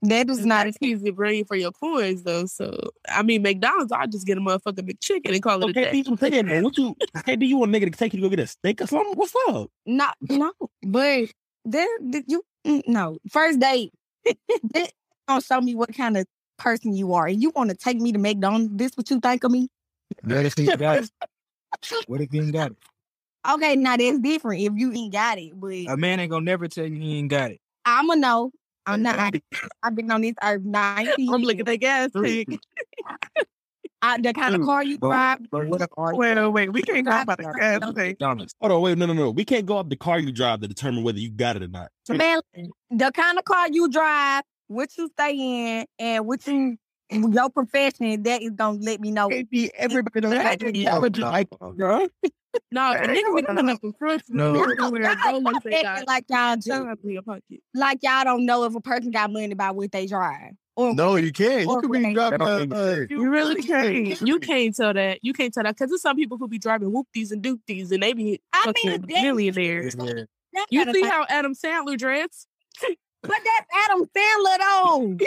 Speaker 8: that is
Speaker 5: It's
Speaker 8: not.
Speaker 5: not as easy to bring for your coins though. So I mean, McDonald's, I just get a motherfucking McChicken and call it a
Speaker 2: Okay,
Speaker 5: day.
Speaker 2: people say that. man. What you? Hey, do you want a nigga to take you to go get a steak or something? What's up?
Speaker 8: No, no, but there th- you mm, no first date. that don't show me what kind of person you are. And you want to take me to McDonald's? This what you think of me?
Speaker 6: What if he got it? What if he ain't got it?
Speaker 8: Okay, now that's different. If you ain't got it, but
Speaker 5: Uh,
Speaker 6: A man ain't gonna never tell you he ain't got it.
Speaker 8: I'ma know. I'm not. I, I've been on this earth 90
Speaker 5: I'm looking
Speaker 8: years.
Speaker 5: at the gas tank.
Speaker 8: I, the
Speaker 5: Mm,
Speaker 8: kind of car you
Speaker 6: Well,
Speaker 8: drive.
Speaker 6: But what if all
Speaker 4: Wait, wait, wait. We can't talk about the gas thing.
Speaker 6: McDonald's?
Speaker 2: Hold on, wait, no, no, no. We can't go up the car you drive to determine whether you got it or not.
Speaker 8: Man, the kind of car you drive, what you stay in, and what you your profession, that is gonna let me know.
Speaker 2: Can't be everybody.
Speaker 4: Hey,
Speaker 2: Like,
Speaker 6: Oh,
Speaker 4: yeah,
Speaker 2: girl.
Speaker 5: No, a nigga be coming up in front of me.
Speaker 6: No.
Speaker 5: Everywhere I go, like they got
Speaker 8: like y'all do,
Speaker 5: jobs in your pocket.
Speaker 8: like y'all don't know if a person got money by what they drive. Or
Speaker 7: No, you can't. You
Speaker 8: Or
Speaker 7: could be
Speaker 8: when-
Speaker 7: dropping.
Speaker 6: That don't
Speaker 7: uh, uh,
Speaker 5: You really can't. You can't tell that. You can't tell that because there's some people who be driving whoopties and doopties and they be
Speaker 8: I
Speaker 5: fucking
Speaker 8: mean, that-
Speaker 5: millionaires.
Speaker 6: Yeah.
Speaker 8: that
Speaker 5: You
Speaker 8: kinda
Speaker 5: see
Speaker 8: thing.
Speaker 5: how Adam Sandler dressed?
Speaker 8: But that's Adam Sandler though.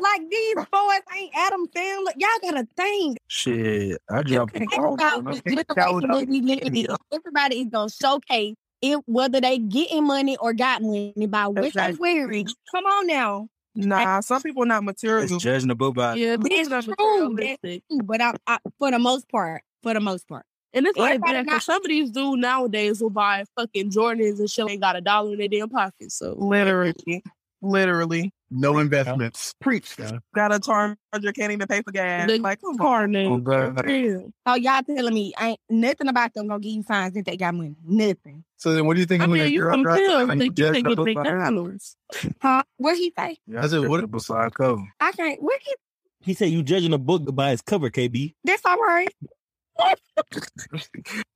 Speaker 8: like these boys ain't Adam Sandler. Y'all gotta think.
Speaker 6: Shit, I dropped.
Speaker 8: Think about what generation that we live in. Everybody is gonna showcase it, whether they getting money or got money by what they
Speaker 4: Exactly.
Speaker 8: wearing. Come on now.
Speaker 4: Nah, some people not material.
Speaker 6: It's judging a book by
Speaker 5: Yeah, because I'm
Speaker 8: true,
Speaker 5: materialistic.
Speaker 8: But I, I, for the most part, for the most part,
Speaker 5: And it's like
Speaker 8: Everybody not-
Speaker 5: that because some of these dudes nowadays will buy fucking Jordans and shit ain't got a dollar in their damn pocket. So
Speaker 4: Literally, literally.
Speaker 7: no investments. Preach. though.
Speaker 4: Got a charger, can't even pay for gas.
Speaker 5: The-
Speaker 4: like, come on.
Speaker 5: car name.
Speaker 6: Oh, God.
Speaker 5: Damn.
Speaker 8: so y'all telling me ain't nothing about them gonna give you signs that they got money. Nothing.
Speaker 7: So then, what do you think?
Speaker 5: I
Speaker 7: of when
Speaker 5: mean,
Speaker 7: that
Speaker 5: you
Speaker 7: girl
Speaker 5: can
Speaker 7: drop-
Speaker 5: tell
Speaker 6: like,
Speaker 5: think you
Speaker 6: just
Speaker 5: think
Speaker 6: the
Speaker 5: with big
Speaker 6: book by-
Speaker 5: dollars.
Speaker 8: Huh? What he say?
Speaker 6: Yeah,
Speaker 7: That's it. What-
Speaker 6: the beside cover.
Speaker 8: I can't. What he?
Speaker 2: He said you judging a book by its cover, KB.
Speaker 8: That's all right.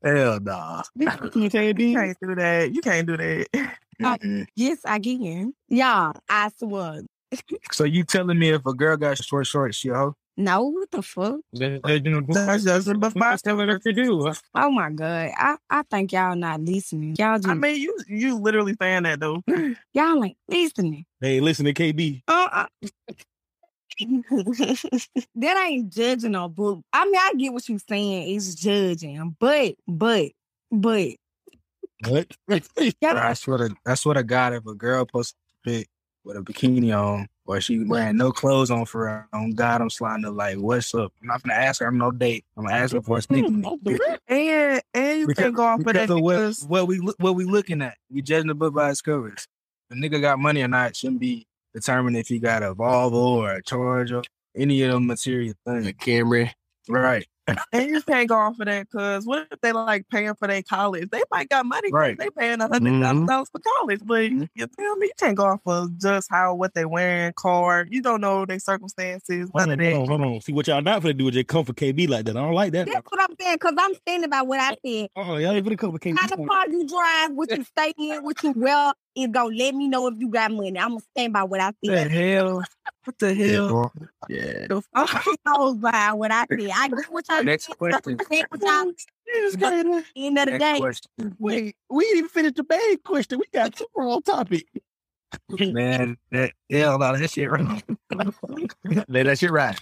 Speaker 7: Hell nah.
Speaker 4: You can't, you can't do that. You can't do that.
Speaker 8: Uh,
Speaker 6: Mm-mm.
Speaker 8: Yes, I can. Y'all, I swear.
Speaker 6: So you telling me if a girl got short shorts, she a hoe?
Speaker 8: No, what the fuck?
Speaker 4: That's just a buff box.
Speaker 8: Oh my god. I, I think y'all not listening. Y'all just
Speaker 4: I mean, you you literally saying that though.
Speaker 8: y'all ain't listening.
Speaker 2: They ain't listening, KB.
Speaker 4: Uh-uh.
Speaker 8: Uh, uh. that ain't judging a book. I mean, I get what you saying. It's judging, but but but
Speaker 2: What?
Speaker 6: Bro, I swear to I swear to God, if a girl posts a pic with a bikini on or she wearing no clothes on for her, on God, I'm sliding her like, what's up? I'm not gonna ask her. I'm no date. I'm gonna ask her for a sneaker.
Speaker 4: Mm, And and you
Speaker 6: Because-
Speaker 4: can't go off of that
Speaker 6: Because of what,
Speaker 4: because
Speaker 6: what we look- what we looking at, we judging the book by its covers. The nigga got money or not shouldn't be determined if he got a Volvo or a Charge or any of them material things.
Speaker 7: Camry.
Speaker 6: Right,
Speaker 4: and you can't go off of that because what if they like paying for their college? They might got money. 'cause
Speaker 6: Right.
Speaker 4: They paying a hundred
Speaker 6: Mhm.
Speaker 5: Mm-hmm.
Speaker 4: thousand dollars for college, but
Speaker 6: Mhm.
Speaker 4: you feel me? You can't go off of just how what they wearing, car. You don't know their circumstances.
Speaker 2: Hold
Speaker 4: None
Speaker 2: on,
Speaker 4: of
Speaker 2: hold
Speaker 4: that.
Speaker 2: on, hold on. See what y'all not finna do is just come for KB like that. I don't like that.
Speaker 8: that's what I'm saying, cause I'm thinking about what I said.
Speaker 2: Oh, y'all ain't finna come for KB.
Speaker 8: How the car you drive, what you stay in, what you wear, is gonna let me know if you got money. I'm gonna stand by what I said.
Speaker 6: hell?
Speaker 4: What the
Speaker 6: Yeah.
Speaker 4: hell?
Speaker 6: bro. yeah.
Speaker 4: The fuck?
Speaker 8: I goes by what I said. I get what y'all
Speaker 6: Next question.
Speaker 8: said what y'all
Speaker 4: You just can't-
Speaker 8: end of the
Speaker 6: Next
Speaker 8: day.
Speaker 6: question.
Speaker 2: Wait, we didn't even finish the main question. We got two on topic.
Speaker 6: Man, that hell no, that shit right. Let that shit ride.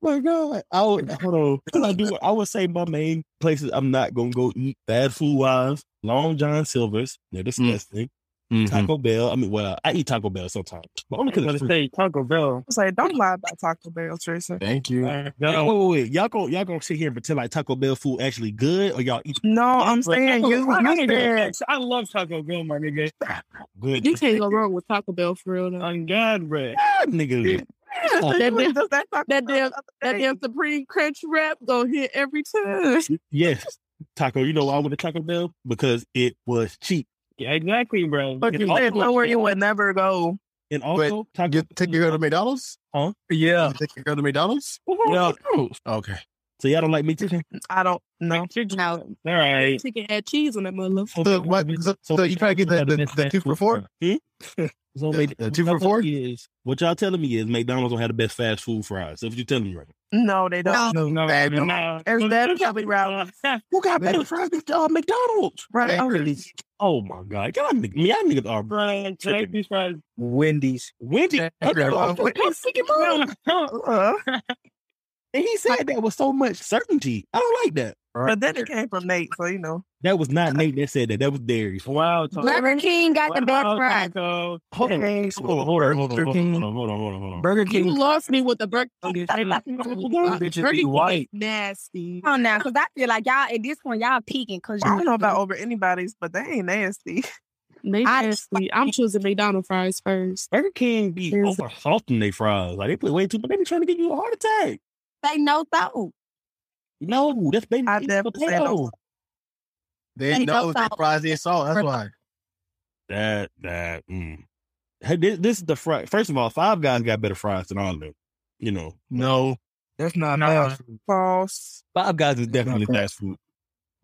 Speaker 2: my God. I would, hold on. 'Cause I do. I would say my main places I'm not gonna go eat bad food wise. Long John Silver's, they're
Speaker 7: Mm.
Speaker 2: disgusting.
Speaker 7: Mm-hmm.
Speaker 2: Taco Bell. I mean, well, I eat Taco Bell sometimes, but only because it's free.
Speaker 3: say Taco Bell.
Speaker 4: I was like, don't lie about Taco Bell, Trisha.
Speaker 6: Thank you.
Speaker 2: Wait, wait, wait, wait. Y'all gonna y'all gonna sit here and pretend like Taco Bell food actually good, or y'all eat
Speaker 4: No, Oh, I'm saying you. you said-
Speaker 3: I love Taco Bell, my nigga.
Speaker 2: good?
Speaker 5: You can't go wrong with Taco Bell for real. though.
Speaker 3: On God, bro.
Speaker 2: Ah, nigga,
Speaker 5: That
Speaker 4: You was
Speaker 5: damn-
Speaker 4: just at Taco
Speaker 5: that
Speaker 4: Bell
Speaker 5: damn-
Speaker 4: the other
Speaker 5: That
Speaker 4: day.
Speaker 5: damn Supreme Crunch wrap gonna hit every time.
Speaker 2: yes, taco. You know why I went to Taco Bell because it was cheap,
Speaker 3: Yeah, exactly, bro.
Speaker 4: But you said nowhere you would never go.
Speaker 2: and also Taco.
Speaker 7: You take your girl to McDonald's?
Speaker 6: Yeah.
Speaker 7: You take your girl to McDonald's?
Speaker 2: Yeah.
Speaker 7: Okay.
Speaker 2: So y'all don't like meat chicken?
Speaker 4: I don't know.
Speaker 8: No,
Speaker 3: All right.
Speaker 5: Chicken had cheese on that motherfucker.
Speaker 7: So, what, so, so you try to get that, the, the two for four?
Speaker 2: Hmm? So
Speaker 7: The-
Speaker 2: Mc-
Speaker 7: the two
Speaker 2: what y'all
Speaker 7: for four?
Speaker 2: telling me Is, what y'all telling me is McDonald's don't have the best fast food fries. That's what you telling me right
Speaker 4: No, they don't.
Speaker 3: No, no,
Speaker 7: no.
Speaker 3: no.
Speaker 4: Is that probably right?
Speaker 2: Who got better fries than uh, McDonald's?
Speaker 4: Right. I'm
Speaker 2: Oh my God. Y'all, nigg- y'all niggas are
Speaker 3: Bro, take these fries.
Speaker 6: Wendy's.
Speaker 2: windy.
Speaker 7: Yeah,
Speaker 2: I
Speaker 7: yeah,
Speaker 2: know,
Speaker 7: well,
Speaker 2: I'm sick of mine.
Speaker 4: Uh,
Speaker 2: And he said that with so much certainty. I don't like that.
Speaker 4: but then it came from Nate, so you know.
Speaker 2: That was not Nate that said that. That was Darius.
Speaker 3: Wow, Taco.
Speaker 8: Burger King got the best
Speaker 3: Wow,
Speaker 8: fries.
Speaker 3: Taco.
Speaker 2: Hold on, hold on, hold on, hold on, hold on, hold on, hold on, hold on, hold on.
Speaker 6: Burger
Speaker 5: You Oh,
Speaker 6: King.
Speaker 5: lost me with the Burger King.
Speaker 6: Bitches
Speaker 5: Burger
Speaker 6: be
Speaker 5: King
Speaker 6: white.
Speaker 5: is nasty.
Speaker 8: Come on now, because I feel like y'all at this point y'all peeking because
Speaker 4: I don't know about over anybody's, but they ain't nasty.
Speaker 5: They
Speaker 8: I-
Speaker 5: nasty. I'm choosing McDonald's fries first.
Speaker 2: Burger King be
Speaker 5: Is-
Speaker 2: over salting they fries. Like they put way too much. They be trying to give you a heart attack.
Speaker 8: they know so.
Speaker 2: No, that's baby.
Speaker 4: I definitely say no.
Speaker 7: They
Speaker 8: They
Speaker 7: know
Speaker 8: don't
Speaker 7: the
Speaker 8: salt.
Speaker 7: fries they salt. That's why.
Speaker 2: That that. Mm. Hey, this, this is the fry. First of all, Five Guys got better fries than all of them. You know,
Speaker 7: No.
Speaker 6: That's not
Speaker 3: No.
Speaker 6: fast.
Speaker 4: False.
Speaker 2: Five Guys is definitely
Speaker 6: Okay.
Speaker 2: fast food.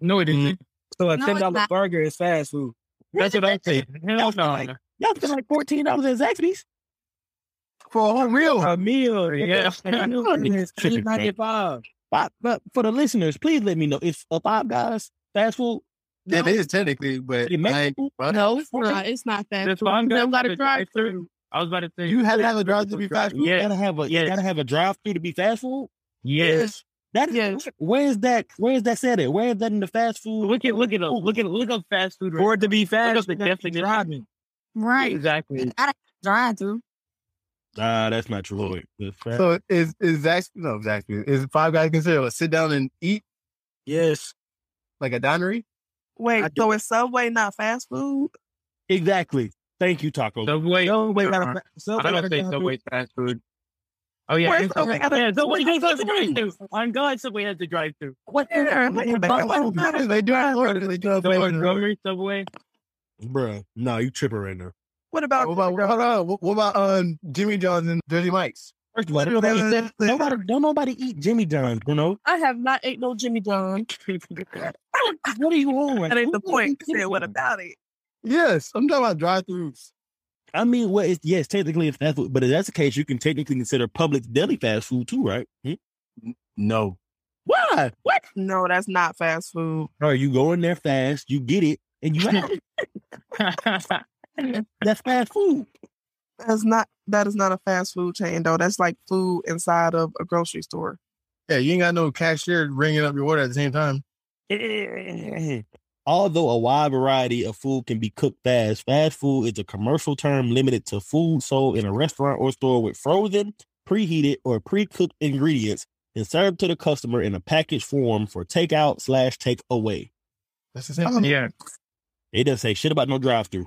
Speaker 10: No, it isn't. So a
Speaker 8: No,
Speaker 10: ten
Speaker 8: it's
Speaker 10: dollar
Speaker 8: not.
Speaker 10: burger is fast food.
Speaker 7: That's what I say. Hell no.
Speaker 2: Y'all spend like fourteen dollars at Zaxby's.
Speaker 7: For a whole meal.
Speaker 2: Oh,
Speaker 10: A meal, yeah.
Speaker 2: I know.
Speaker 10: Three ninety five.
Speaker 2: Five, but for the listeners, please let me know. It's a Five Guys fast food.
Speaker 7: That is technically, but
Speaker 2: It makes-
Speaker 7: like, what?
Speaker 2: oh,
Speaker 4: No, it's not. It's not fast.
Speaker 10: That's
Speaker 4: food.
Speaker 10: why I'm
Speaker 4: You
Speaker 10: glad
Speaker 4: don't got
Speaker 10: you
Speaker 4: to
Speaker 10: said
Speaker 4: drive through.
Speaker 10: I was about to say
Speaker 7: you had to have a drive to be fast food.
Speaker 2: You
Speaker 10: Yeah.
Speaker 2: gotta have a
Speaker 10: Yeah.
Speaker 2: you gotta have a drive through to be fast food.
Speaker 10: yes.
Speaker 2: That is
Speaker 4: Yes.
Speaker 2: where is that? Where is that said at? Where is that in the fast food?
Speaker 10: Look at look at up. Look at look up fast food. For it to be fast, the definition. Driving.
Speaker 8: Right.
Speaker 10: Exactly.
Speaker 8: Drive through.
Speaker 2: Nah, that's not true. The fast-
Speaker 7: So is is Zaxby no Zaxby is Five Guys considered a sit down and eat
Speaker 10: Yes.
Speaker 7: like a dinery?
Speaker 5: Wait,
Speaker 10: I
Speaker 5: so is Subway not fast food?
Speaker 2: exactly. Thank you, Taco.
Speaker 10: Subway.
Speaker 2: Subway got a
Speaker 10: Uh-uh.
Speaker 2: fa-
Speaker 10: I
Speaker 2: Subway
Speaker 10: don't
Speaker 2: got a
Speaker 10: say
Speaker 2: drive-through.
Speaker 10: Subway fast food. Oh yeah,
Speaker 5: Where's
Speaker 10: and Subway.
Speaker 5: Subway?
Speaker 10: Yeah, Subway has a drive through. On God, Subway has a drive through.
Speaker 2: What?
Speaker 7: They do have orders. They do have
Speaker 10: Subway,
Speaker 7: orders.
Speaker 10: Subway, Subway.
Speaker 2: Bruh, no, you tripping right now.
Speaker 5: What
Speaker 7: What
Speaker 5: about,
Speaker 2: Oh,
Speaker 7: about hold on? What, what about um, Jimmy John's and Dirty Mike's?
Speaker 2: First of all,
Speaker 7: They-
Speaker 2: nobody,
Speaker 7: they- they-
Speaker 2: nobody, don't nobody eat Jimmy John's, Bruno.
Speaker 4: I have not ate no Jimmy John.
Speaker 2: What are you on? right
Speaker 5: that ain't
Speaker 2: now?
Speaker 5: the point.
Speaker 2: Who
Speaker 5: Said,
Speaker 2: eats
Speaker 5: what
Speaker 2: Jimmy John's?
Speaker 5: about it?
Speaker 7: Yes, I'm talking about drive-throughs.
Speaker 2: I mean, well, it's, yes, technically it's fast food, but if that's the case, you can technically consider public deli fast food too, right? Hmm?
Speaker 7: No,
Speaker 2: Why? What?
Speaker 5: No, that's not fast food.
Speaker 2: Are you going there fast? You get it, and you out. that's fast food.
Speaker 5: That's not that is not a fast food chain though. That's like food inside of a grocery store.
Speaker 7: yeah, you ain't got no cashier ringing up your order at the same time.
Speaker 2: Although a wide variety of food can be cooked fast, fast food is a commercial term limited to food sold in a restaurant or store with frozen, preheated, or pre-cooked ingredients and served to the customer in a packaged form for takeout slash takeaway.
Speaker 7: That's the same.
Speaker 5: Oh,
Speaker 7: thing.
Speaker 10: Yeah.
Speaker 2: It doesn't say shit about no drive-through.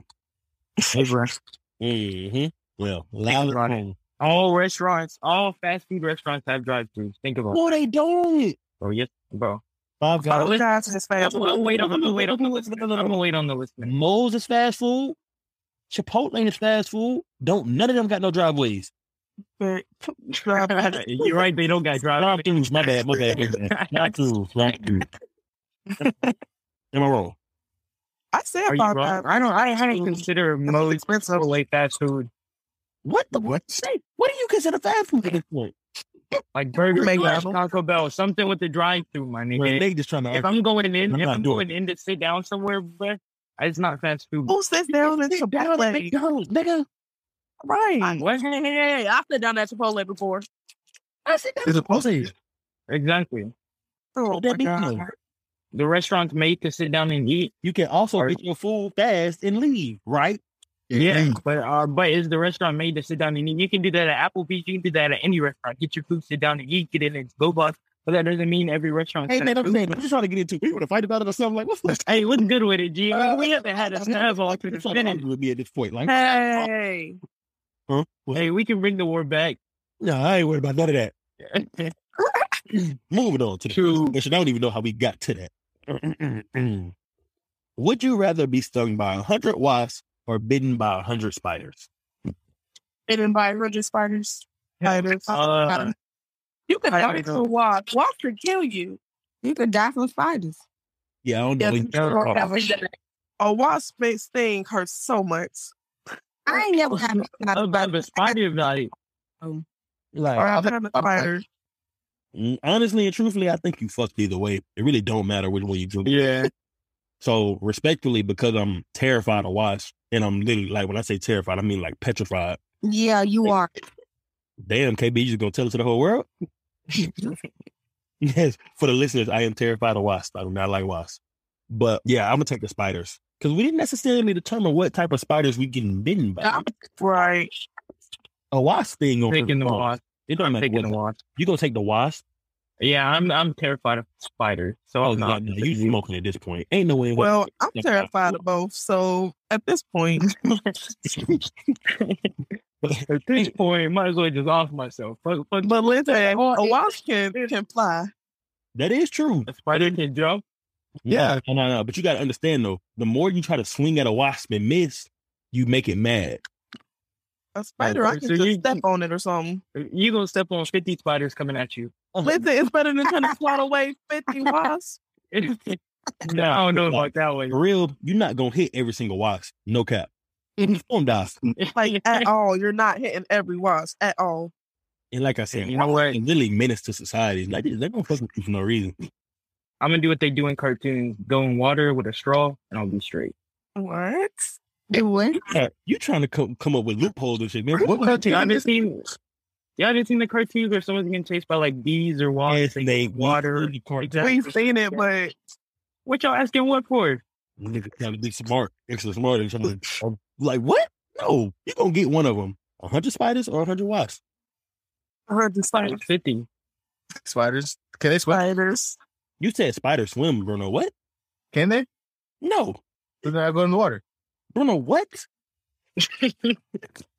Speaker 2: hmm Well, loud
Speaker 10: about it.
Speaker 2: home.
Speaker 10: All restaurants, all fast food restaurants have drive throughs. Think about it.
Speaker 2: No, they don't.
Speaker 10: Oh yes, bro.
Speaker 2: Five
Speaker 5: Five
Speaker 2: Guys.
Speaker 10: listen-
Speaker 5: Guys is
Speaker 10: I'm
Speaker 5: fast
Speaker 10: gonna
Speaker 5: food.
Speaker 10: wait. I'm gonna wait on the list. I'm gonna wait on the list. man.
Speaker 2: Moles is fast food. Chipotle is fast food. Don't none of them got no driveways.
Speaker 5: But- drive-
Speaker 10: You're right. They don't got drive.
Speaker 2: Drive throughs, my bad, my bad. my bad. Not throughs, not throughs. Am I wrong?
Speaker 5: I said
Speaker 10: Are you
Speaker 5: Five Guys.
Speaker 10: wrong? I don't. I hadn't considered most
Speaker 5: expensive.
Speaker 10: Chipotle fast food
Speaker 2: What the what? Say, what do you consider fast food at this point?
Speaker 10: like Burger King,
Speaker 5: McDonald's.
Speaker 10: Taco Bell, something with the drive-through, my
Speaker 2: Man,
Speaker 10: nigga.
Speaker 2: they just trying to.
Speaker 10: If
Speaker 2: argue.
Speaker 10: I'm going in,
Speaker 2: I'm
Speaker 10: if
Speaker 2: not
Speaker 10: I'm
Speaker 2: doing
Speaker 10: going in to sit down somewhere, bro, it's not fast food.
Speaker 5: Who sits down in
Speaker 2: Sit down at
Speaker 5: Chipotle?
Speaker 2: McDonald's, nigga.
Speaker 5: Right.
Speaker 10: What?
Speaker 4: Hey, I've been down that Chipotle before.
Speaker 7: It's supposed to be.
Speaker 10: Exactly.
Speaker 5: Oh,
Speaker 2: Let that
Speaker 5: my
Speaker 2: be
Speaker 5: God.
Speaker 2: known.
Speaker 10: The restaurant's made to sit down and eat.
Speaker 2: You can also
Speaker 10: Or-
Speaker 2: get your food fast and leave, right?
Speaker 10: Yeah, but uh, but is the restaurant made to sit down and eat? You can do that at Applebee's. You can do that at any restaurant. Get your food, sit down and eat. Get in and go bus. But that doesn't mean every restaurant.
Speaker 2: Hey man, I'm saying, I'm just trying to get into. We would to fight about it or something. Like what's the?
Speaker 10: hey, what's good with it, G? we haven't had a snap all through the
Speaker 2: It's like
Speaker 10: finish.
Speaker 2: arguing with me at this point. Like,
Speaker 4: Hey,
Speaker 10: Hey, we can bring the war back.
Speaker 2: nah, I ain't worried about none of that. Moving on to the
Speaker 10: To-
Speaker 2: next question. I don't even know how we got to that. Would you rather be stung by a hundred wasps or bitten by a hundred spiders?
Speaker 4: bitten by a hundred spiders.
Speaker 5: Spiders.
Speaker 10: Uh,
Speaker 4: You could
Speaker 5: I
Speaker 4: die
Speaker 5: don't
Speaker 4: from wasp. Wasp could kill you.
Speaker 8: You could die from spiders.
Speaker 2: Yeah, I don't
Speaker 4: Yeah,
Speaker 2: know. uh,
Speaker 4: or ever die.
Speaker 5: A wasp sting hurts so much.
Speaker 8: I ain't never had
Speaker 10: I was about the spider bite.
Speaker 2: Like,
Speaker 5: Or I've had a spider.
Speaker 2: mm, honestly and truthfully, I think you fucked either way. It really don't matter which one you do.
Speaker 7: Yeah,
Speaker 2: So respectfully, because I'm terrified of wasps, and I'm literally like when I say terrified, I mean like petrified.
Speaker 8: Yeah, you are.
Speaker 2: Damn, KB, you just gonna tell it to the whole world? yes, for the listeners, I am terrified of wasps. I do not like wasps. But yeah, I'm gonna take the spiders because we didn't necessarily determine what type of spiders we getting bitten by.
Speaker 5: Right.
Speaker 2: A wasp thing or
Speaker 10: Taking the wasp.
Speaker 2: It don't matter
Speaker 10: Taking the
Speaker 2: what.
Speaker 10: wasp.
Speaker 2: You gonna take the wasp?
Speaker 10: Yeah, I'm I'm terrified of spiders. So
Speaker 2: Oh
Speaker 10: I'm
Speaker 2: no,
Speaker 10: not.
Speaker 2: no, you smoking at this point. Ain't no way. in
Speaker 5: Well, I'm
Speaker 2: Yeah.
Speaker 5: terrified of both. So at this point,
Speaker 10: At this point, might as well just off myself. Fuck, fuck.
Speaker 5: but Lindsay, a wasp can, can fly.
Speaker 2: That is true.
Speaker 10: A spider can jump.
Speaker 7: Yeah.
Speaker 2: No, no, no. But you got to understand, though, the more you try to swing at a wasp and miss, you make it mad.
Speaker 5: A spider, I
Speaker 10: so
Speaker 5: can
Speaker 10: you-
Speaker 5: just step on it or something.
Speaker 10: You gonna step on fifty spiders coming at you?
Speaker 5: Lindsay, it's better than trying to swat away 50 wasps.
Speaker 11: No, I don't know about that one.
Speaker 2: For real, you're not gonna hit every single watch. No cap. Don't die.
Speaker 4: Like at all. You're not hitting every watch at all.
Speaker 2: And like I said,
Speaker 11: You know what?
Speaker 2: and literally menace to society. Like they're gonna fuck with you for no reason.
Speaker 10: I'm gonna do what they do in cartoons: go in water with a straw, and I'll be straight.
Speaker 4: What?
Speaker 8: It would.
Speaker 2: You trying to come come up with loopholes and shit, man?
Speaker 7: What cartoon? I didn't see.
Speaker 10: Y'all didn't seen the cartoons where someone's getting chased by like bees or
Speaker 2: Yes,
Speaker 10: wasps?
Speaker 2: they
Speaker 10: water.
Speaker 2: literally cart-
Speaker 10: Exactly.
Speaker 4: We've seen it, but
Speaker 10: What y'all asking what for?
Speaker 2: Nigga trying to be smart, extra smart, and trying to um, like what? No, you gonna get one of them. A hundred spiders or a hundred wasps.
Speaker 4: I heard the spider-
Speaker 10: Like Fifty.
Speaker 7: Spiders. Can they swim?
Speaker 4: spiders.
Speaker 2: You said spiders swim, Bruno. What?
Speaker 7: Can they?
Speaker 2: No,
Speaker 7: Then I go in the water.
Speaker 2: Bruno. What?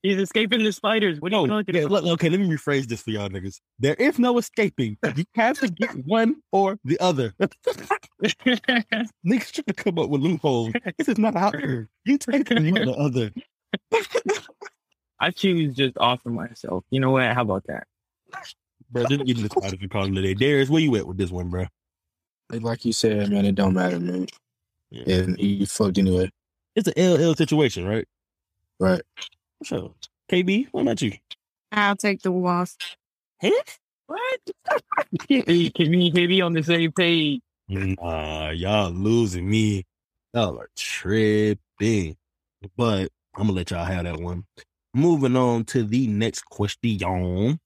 Speaker 10: He's escaping the spiders. What are you
Speaker 2: No.
Speaker 10: talking
Speaker 2: Oh, yeah,
Speaker 10: about?
Speaker 2: look, okay, let me rephrase this for y'all niggas. There is no escaping. You have to get one or the other. Niggas trying to come up with loopholes. This is not out here. You take one or the other.
Speaker 10: I choose just offer myself. You know what? How about that?
Speaker 2: Bro, didn't get the spiders and call them today. Darius, where you at with this one, bro?
Speaker 10: Like you said, man, it don't matter, man. And you fucked anyway.
Speaker 2: It's an LL situation, right?
Speaker 10: Right.
Speaker 2: So, KB, what about you?
Speaker 8: I'll take the wasp.
Speaker 10: What? hey, can me can be on the same page?
Speaker 2: Nah, y'all losing me. Y'all are tripping. But I'm gonna let y'all have that one. Moving on to the next question.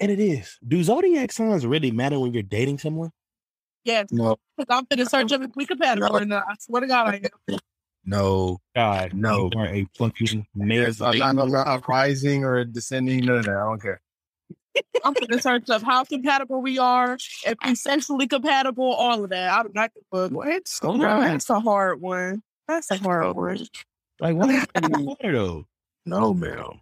Speaker 2: And it is Do zodiac signs really matter when you're dating someone?
Speaker 5: Yes,
Speaker 10: No,
Speaker 5: because I'm finna search up if we compatible or not. I swear to God, I am.
Speaker 10: no.
Speaker 2: God,
Speaker 10: no.
Speaker 2: You are a fucking
Speaker 7: Yes, I'm not, I'm not uprising or descending. None of that. I don't care.
Speaker 5: I'm finna search up how compatible we are, if we sexually compatible, all of that. I'm not the fuck.
Speaker 4: What? Bro, that's a hard one. That's a
Speaker 5: Oh,
Speaker 4: hard one.
Speaker 2: Like, what happened though?
Speaker 10: No, man.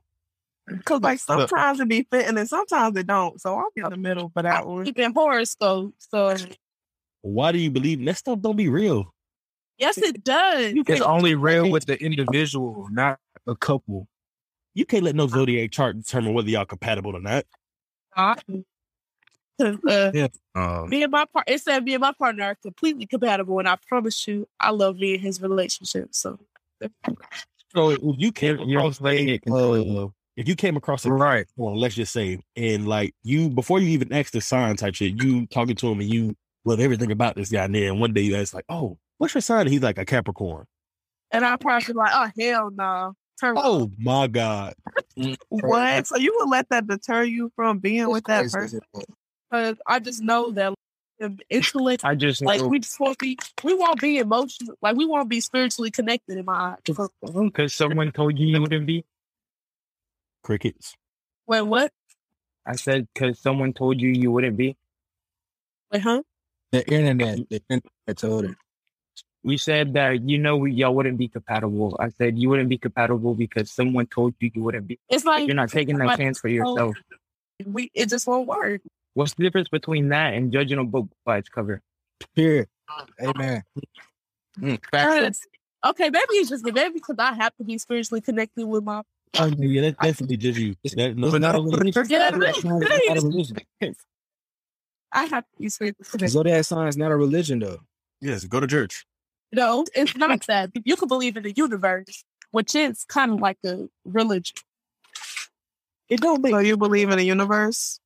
Speaker 4: Cause like sometimes it be fitting and sometimes it don't. So I'll be in the middle for that
Speaker 5: I
Speaker 4: one.
Speaker 5: keep in horoscopes, so
Speaker 2: Why do you believe that stuff don't be real?
Speaker 5: yes, it does.
Speaker 10: It's only real with the individual, not a couple.
Speaker 2: You can't let no zodiac chart determine whether y'all compatible or not.
Speaker 5: not. 'Cause, uh,
Speaker 10: Um,
Speaker 5: me and my part, it said me and my partner are completely compatible, and I promise you, I love me and his relationship. So
Speaker 2: So if you came across,
Speaker 10: uh,
Speaker 2: if you came across a
Speaker 10: right.
Speaker 2: well, let's just say, and like you before you even ask the sign type shit, you talking to him and you love everything about this guy, and then one day you ask like, "Oh, what's your sign?" And he's like a Capricorn.
Speaker 5: And I probably be like, oh hell no. Turn
Speaker 2: Oh my god,
Speaker 4: What? So you would let that deter you from being with that person?
Speaker 5: because I just know that like, intellect,
Speaker 10: I just
Speaker 5: like we just won't be, we won't be emotional, like we won't be spiritually connected in my eyes.
Speaker 10: because someone told you you wouldn't be.
Speaker 2: crickets.
Speaker 5: Wait, what?
Speaker 10: I said because someone told you you wouldn't be.
Speaker 5: Wait, huh?
Speaker 6: The internet, the internet told her.
Speaker 10: We said that you know we, y'all wouldn't be compatible. I said you wouldn't be compatible because someone told you you wouldn't be.
Speaker 5: It's like
Speaker 10: You're not taking that chance for yourself.
Speaker 5: we, it just won't work.
Speaker 10: What's the difference between that and judging a book by its cover?
Speaker 6: Period. Amen.
Speaker 5: Because- Okay, maybe it's just maybe because I have to be spiritually connected with my.
Speaker 2: Oh yeah, that's definitely just you. That, no,
Speaker 6: But not a religion.
Speaker 5: Yeah,
Speaker 6: Zodiac sign is not a religion.
Speaker 5: I have to be spiritually connected.
Speaker 6: Zodiac sign is not a religion, though.
Speaker 2: yes, go to church.
Speaker 5: No, it's not that. You can believe in the universe, which is kind of like a religion.
Speaker 2: It don't make
Speaker 4: So you believe in the universe?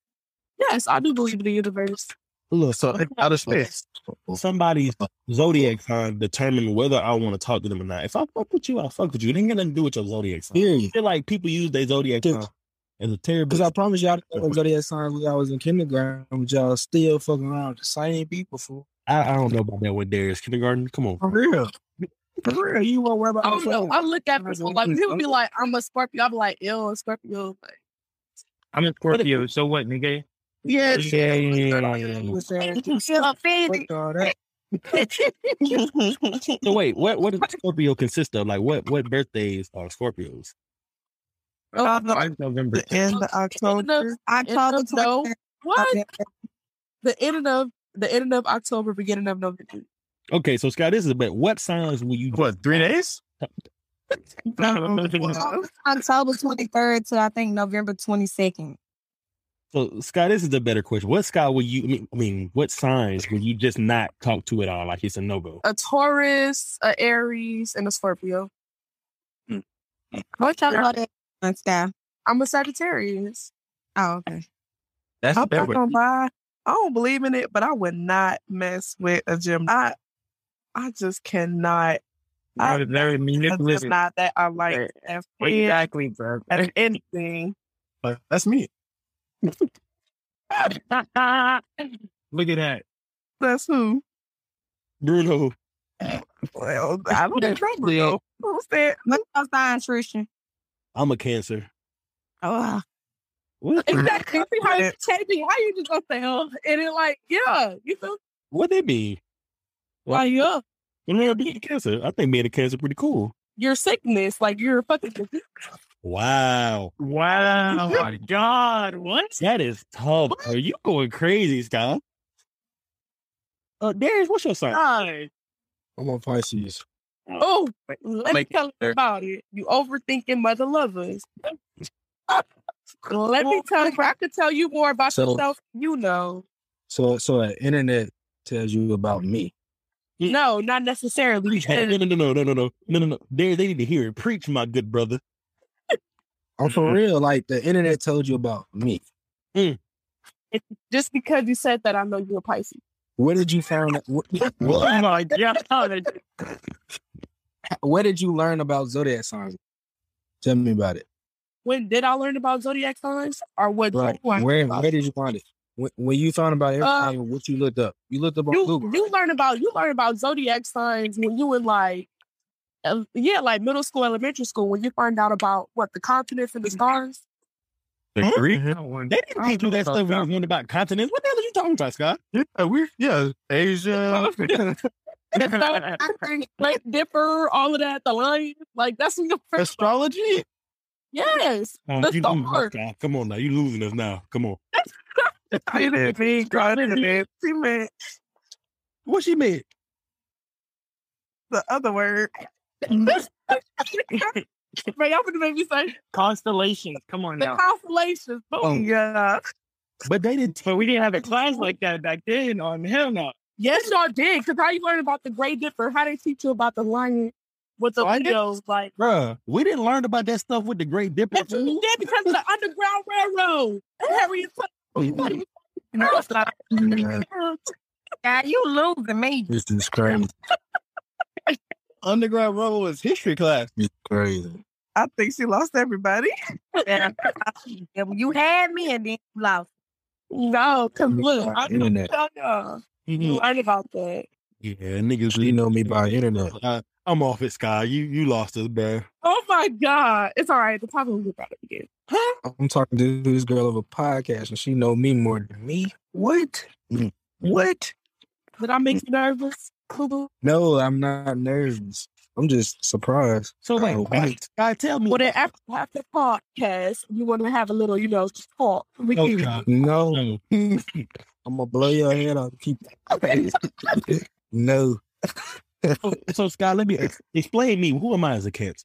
Speaker 5: Yes, I do believe in the universe.
Speaker 2: look. So
Speaker 7: Outer space.
Speaker 2: somebody's zodiac sign determine whether I want to talk to them or not. If I fuck with you, I fuck with you. It ain't got nothing to do with your zodiac sign.
Speaker 6: Period.
Speaker 2: I feel like people use their zodiac
Speaker 6: Yeah.
Speaker 2: sign as a terrible.
Speaker 6: Because I promise y'all, I didn't know zodiac signs when I was in kindergarten, but y'all still fucking around with the same people fool.
Speaker 2: I, I don't know about that with Darius kindergarten. Come on.
Speaker 6: For real. For real. You won't worry
Speaker 4: Oh,
Speaker 6: about
Speaker 5: I don't know. I look at people like people be like, "I'm a Scorpio." I'm like, "Ill Scorpio." Like,
Speaker 10: I'm a Scorpio, so what, nigga?
Speaker 4: Yeah.
Speaker 2: Yeah, yeah, yeah, yeah, yeah.
Speaker 6: What's that?
Speaker 8: Offended.
Speaker 6: Fuck all that.
Speaker 2: So wait, what what does Scorpio consist of? Like what what birthdays are Scorpios?
Speaker 4: the
Speaker 10: Five November.
Speaker 4: end of October.
Speaker 8: October
Speaker 5: End of no.
Speaker 8: 23rd.
Speaker 5: What? The end of the end of October, beginning of November.
Speaker 2: Okay, so Scott, this is but what signs will you
Speaker 7: What? Three days?
Speaker 8: October 23rd to I think November 22nd.
Speaker 2: So, Scott, this is the better question. What Scott will you? I mean, I mean, what signs will you just not talk to at all? Like it's a no go.
Speaker 5: A Taurus, a Aries, and a Scorpio.
Speaker 8: What y'all call that? That's that.
Speaker 5: I'm a Sagittarius.
Speaker 8: Oh, okay.
Speaker 7: That's the
Speaker 4: I'm
Speaker 7: better
Speaker 4: not
Speaker 7: way.
Speaker 4: gonna lie. I don't believe in it, but I would not mess with a Gemini. I, I just cannot. I,
Speaker 6: I'm very
Speaker 4: that's just
Speaker 6: manipulative.
Speaker 4: not that I like as friends,
Speaker 6: Exactly, bro.
Speaker 4: as anything.
Speaker 7: But that's me.
Speaker 6: Look at that.
Speaker 4: That's who.
Speaker 2: Bruno,
Speaker 4: Well, I don't know.
Speaker 7: Leo.
Speaker 4: Who's that?
Speaker 8: What's your sign, Trisha?
Speaker 2: I'm a Cancer.
Speaker 8: Oh,
Speaker 2: What?
Speaker 5: Exactly. See how you take me? How you just gonna say, oh, and it like, yeah, you feel
Speaker 2: What that mean?
Speaker 5: like, yeah,
Speaker 2: You know, being a Cancer. I think being a Cancer pretty cool.
Speaker 5: your sickness, like you're fucking
Speaker 2: Wow,
Speaker 6: Wow. my God. What?
Speaker 2: that is tough. bro. You going crazy, Scott? Uh, Darius, what's your sign?
Speaker 6: I'm on Pisces.
Speaker 5: Oh, let me
Speaker 7: Make-
Speaker 5: tell you about it. You overthinking mother lovers. let me tell you. I could tell you more about
Speaker 6: So-
Speaker 5: yourself. You know,
Speaker 6: So, so the internet tells you about me.
Speaker 5: no, not necessarily.
Speaker 2: Hey, no, no, no, no, no, no, no, no, no, no. Darius, they need to hear it. Preach, my good brother.
Speaker 6: I'm for
Speaker 5: Mm-hmm.
Speaker 6: real. Like the internet told you about me.
Speaker 5: Just because you said that, I know you're a Pisces.
Speaker 6: Where did you find? What,
Speaker 7: Oh my god.
Speaker 6: where did you learn about zodiac signs? Tell me about it.
Speaker 5: When did I learn about zodiac signs, or what?
Speaker 6: Like,
Speaker 5: what-
Speaker 6: where where did you find it? When, when you found about
Speaker 5: Uh,
Speaker 6: everything, what you looked up? You looked up on
Speaker 5: you
Speaker 6: Google.
Speaker 5: you learn about you learn about zodiac signs when you in like, uh, yeah, like middle school, elementary school. When you find out about what the continents and the stars.
Speaker 2: The Greek? They didn't
Speaker 7: I
Speaker 2: teach you
Speaker 7: don't
Speaker 2: that
Speaker 7: know
Speaker 2: stuff when you was learning about continents. What the hell are you talking about, Scott?
Speaker 7: Yeah, we yeah, Asia.
Speaker 5: Like Dipper, all of that, the lion, like that's in the first.
Speaker 7: Astrology?
Speaker 5: Yes,
Speaker 2: Um,
Speaker 5: That's
Speaker 2: you
Speaker 5: the
Speaker 2: losing us,
Speaker 5: art.
Speaker 2: Scott. Come on now, you losing us now. Come on.
Speaker 4: I didn't mean God, I didn't mean she meant
Speaker 2: What she meant?
Speaker 4: the other word.
Speaker 5: Mm-hmm. Right, y'all gonna make me say
Speaker 9: Constellations. Come on
Speaker 5: the
Speaker 9: now.
Speaker 5: constellations. Oh, Boom.
Speaker 4: Yeah.
Speaker 2: But they didn't.
Speaker 9: But we didn't have a class like that back then. On hell no.
Speaker 5: Yes, y'all did. Cause how you learn about the Great Dipper? How they teach you about the lion with the
Speaker 2: Lion?
Speaker 5: windows? Like
Speaker 2: Bruh, we didn't learn about that stuff with the Great Dipper.
Speaker 5: yes, you did because of the Underground Railroad. Harriet Tubman.
Speaker 6: Yeah,
Speaker 8: yeah, you losing me.
Speaker 6: this is crazy.
Speaker 7: Underground Rebel was history class.
Speaker 6: It's crazy.
Speaker 4: I think she lost everybody.
Speaker 8: Yeah, you had me and then you lost.
Speaker 5: No, cause look,
Speaker 6: By
Speaker 5: I'm
Speaker 6: internet.
Speaker 5: telling y'all, you
Speaker 4: Mm-hmm.
Speaker 2: Mhm.
Speaker 5: learn about that.
Speaker 2: yeah, niggas.
Speaker 6: You know me by internet.
Speaker 2: Uh, I'm off it, Scott. You you lost us, bruh.
Speaker 5: Oh my god, it's all right. The problem we brought up again.
Speaker 6: I'm talking to this girl of a podcast, and she know me more than me. What? What?
Speaker 5: Did I make you nervous, Kubu?
Speaker 6: Mm. No, I'm not nervous. I'm just surprised.
Speaker 2: So wait,
Speaker 6: Oh,
Speaker 2: wait, Scott, tell me.
Speaker 5: Well, then after after podcast, you want to have a little, you know, talk. We
Speaker 2: Oh,
Speaker 5: can-
Speaker 2: God.
Speaker 6: No,
Speaker 2: No.
Speaker 6: I'm gonna blow your head off. Keep. no,
Speaker 2: So, so Scott, let me explain me. Who am I as a cancer?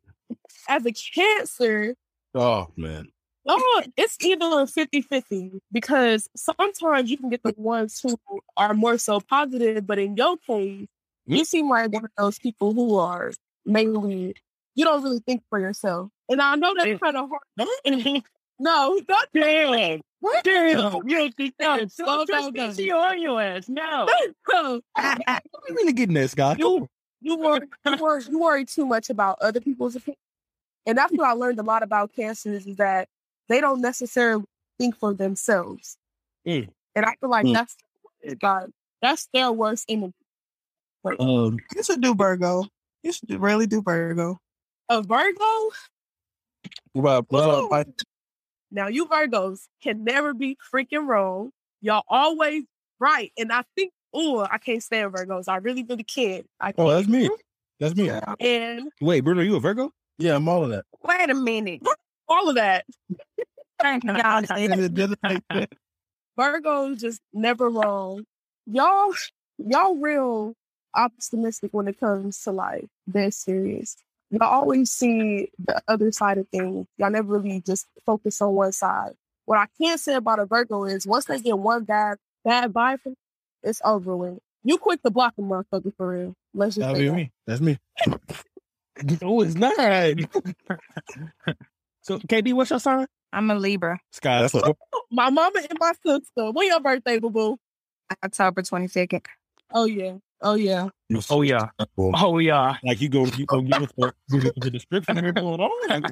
Speaker 5: As a cancer,
Speaker 2: Oh man,
Speaker 5: No, Oh, it's either 50 50 because sometimes you can get the ones who are more so positive, but in your case,
Speaker 9: Mm-hmm.
Speaker 5: you seem like one of those people who are mainly, you don't really think for yourself. And I know
Speaker 9: Mm.
Speaker 5: that's kind of hard. no, not
Speaker 9: Damn.
Speaker 5: What?
Speaker 9: Damn. Oh, You don't think
Speaker 5: No,
Speaker 9: that?
Speaker 5: no,
Speaker 9: So
Speaker 5: no,
Speaker 9: just
Speaker 5: no.
Speaker 9: be she on your ass. No.
Speaker 2: what are you really getting that, Scott?
Speaker 5: you, you, worry, you, worry, you worry too much about other people's opinions. And that's what I learned a lot about cancers is that they don't necessarily think for themselves.
Speaker 2: Mm.
Speaker 5: And I feel like
Speaker 2: Mm.
Speaker 5: that's God, that's their worst enemy.
Speaker 2: Um,
Speaker 4: You should do Virgo. You should really do Virgo.
Speaker 5: A Virgo?
Speaker 6: well, blow
Speaker 5: Ooh. Now you Virgos can never be freaking wrong. Y'all always right. And I think, oh, I can't stand Virgos. I really, really can't. I
Speaker 7: Oh,
Speaker 5: can't.
Speaker 7: that's me. That's me.
Speaker 5: and
Speaker 2: wait, Bruno, you a Virgo?
Speaker 7: Yeah, I'm all of that.
Speaker 8: Wait a minute.
Speaker 5: all of that.
Speaker 8: Thank y'all.
Speaker 5: Virgos just never wrong. Y'all, y'all real optimistic when it comes to life. They're serious. Y'all always see the other side of things. Y'all never really just focus on one side. What I can say about a Virgo is once they get one bad bad vibe from it's over with. You quick to block a motherfucker for real. Let's just
Speaker 7: That'll
Speaker 5: say
Speaker 7: be
Speaker 5: that.
Speaker 7: me. That's me.
Speaker 2: No, it's not. so, KD, what's your sign?
Speaker 8: I'm a Libra,
Speaker 2: Sky. That's what.
Speaker 5: My mama and my sister. When your birthday, boo boo?
Speaker 8: October 22nd.
Speaker 5: Oh yeah. Oh yeah.
Speaker 9: Oh yeah. Oh yeah.
Speaker 2: Like you go, you go give us the, give us the description of what's going on.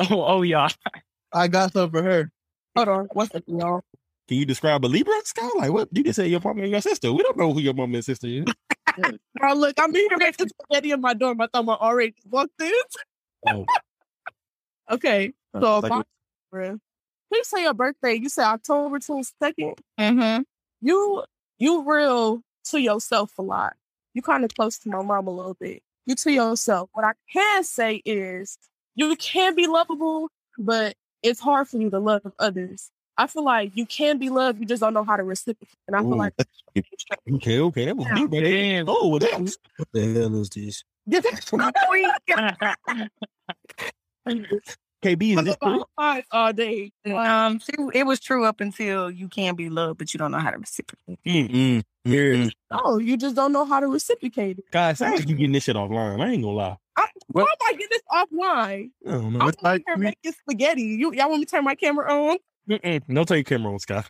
Speaker 9: Oh oh yeah.
Speaker 3: I got something for her.
Speaker 5: Hold on. What's up, y'all?
Speaker 2: Can you describe a Libra, Sky? Like what? You just said your mom and your sister. We don't know who your mom and sister is.
Speaker 5: Bro, look, I'm here next to spaghetti in my dorm. I thought I already walked in.
Speaker 2: Oh. Uh,
Speaker 5: Okay. So
Speaker 2: Like
Speaker 5: my friend, you say your birthday. You say October 22nd.
Speaker 8: Mm-hmm.
Speaker 5: You you real to yourself a lot. You kind of close to my mom a little bit. You to yourself. What I can say is you can be lovable, but it's hard for you to love others. I feel like you can be loved, you just don't know how to reciprocate. And I feel
Speaker 2: Ooh.
Speaker 5: like
Speaker 2: Okay, okay, that was Libra. Damn. Oh, well, that was
Speaker 6: What the hell is this?
Speaker 8: Oh,
Speaker 2: KB. Is
Speaker 5: I'm
Speaker 2: this
Speaker 5: about five all day.
Speaker 8: Um, so it was true up until you can be loved, but you don't know how to reciprocate.
Speaker 2: Mm-mm. Yeah.
Speaker 5: No, oh, you just don't know how to reciprocate it.
Speaker 2: Guys, sounds like you getting this shit offline. I ain't gonna lie.
Speaker 5: How am I getting this offline?
Speaker 2: I don't know.
Speaker 5: I'm
Speaker 7: It's like
Speaker 5: here
Speaker 7: me.
Speaker 5: making spaghetti. You y'all want me to turn my camera on?
Speaker 2: Mm-mm. No, take your camera on, Sky.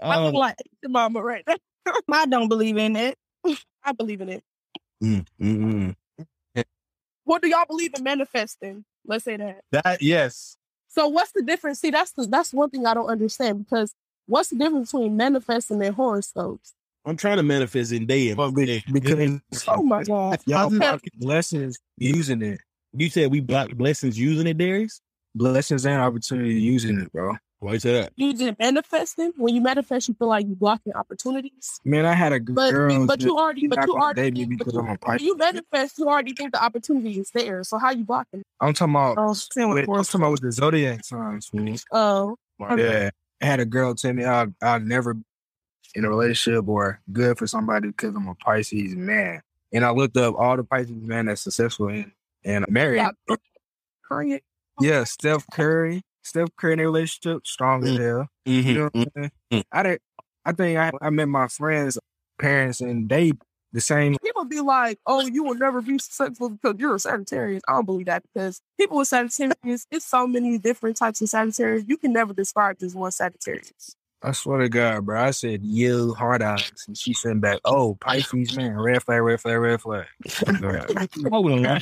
Speaker 5: I
Speaker 2: Um,
Speaker 5: look like the mama right now.
Speaker 8: Oh. I don't believe in it. Mm,
Speaker 5: I believe in it.
Speaker 2: mm-mm.
Speaker 5: What do y'all believe in manifesting? Let's say that.
Speaker 7: That yes.
Speaker 5: So what's the difference? See, that's the, that's one thing I don't understand because what's the difference between manifesting and horoscopes?
Speaker 2: I'm trying to manifest in day. And
Speaker 7: But we,
Speaker 6: Because
Speaker 5: Oh my god!
Speaker 6: y'all
Speaker 5: Okay.
Speaker 6: blocking blessings using it.
Speaker 2: you said we block blessings using it, Darius.
Speaker 6: Blessings and opportunity using it, bro.
Speaker 2: Why you say that?
Speaker 5: You did manifesting. When you manifest, you feel like you're blocking opportunities.
Speaker 6: Man, I had a good
Speaker 5: But
Speaker 6: girl.
Speaker 5: but you already but
Speaker 6: not
Speaker 5: you
Speaker 6: gonna
Speaker 5: already
Speaker 6: date me
Speaker 5: think- but
Speaker 6: because
Speaker 5: you-
Speaker 6: I'm a
Speaker 5: when you manifest, you already think the opportunity is there. So how you blocking? it?
Speaker 6: I'm talking about
Speaker 8: Oh, still
Speaker 6: with, I'm talking about with the zodiac signs. fool.
Speaker 5: Oh,
Speaker 6: Yeah, I had a girl tell me I'll I'll never be in a relationship or good for somebody because I'm a Pisces man. And I looked up all the Pisces men that's successful and and married.
Speaker 5: Yeah.
Speaker 6: Yeah,
Speaker 5: current.
Speaker 6: Steph Curry, Steph Curry in a relationship, strong as hell. You
Speaker 2: Mm-hmm.
Speaker 6: know what I'm saying? I did. I think I, I met my friends' parents and they the same.
Speaker 5: people be like, "Oh, you will never be successful because you're a Sagittarius." I don't believe that because people with Sagittarius, it's so many different types of Sagittarius. You can never describe just one Sagittarius.
Speaker 6: I swear to God, bro. I said you hard eyes, and she sent back, "Oh, Pisces man, red flag, red flag, red flag."
Speaker 9: Oh,
Speaker 2: Hold on,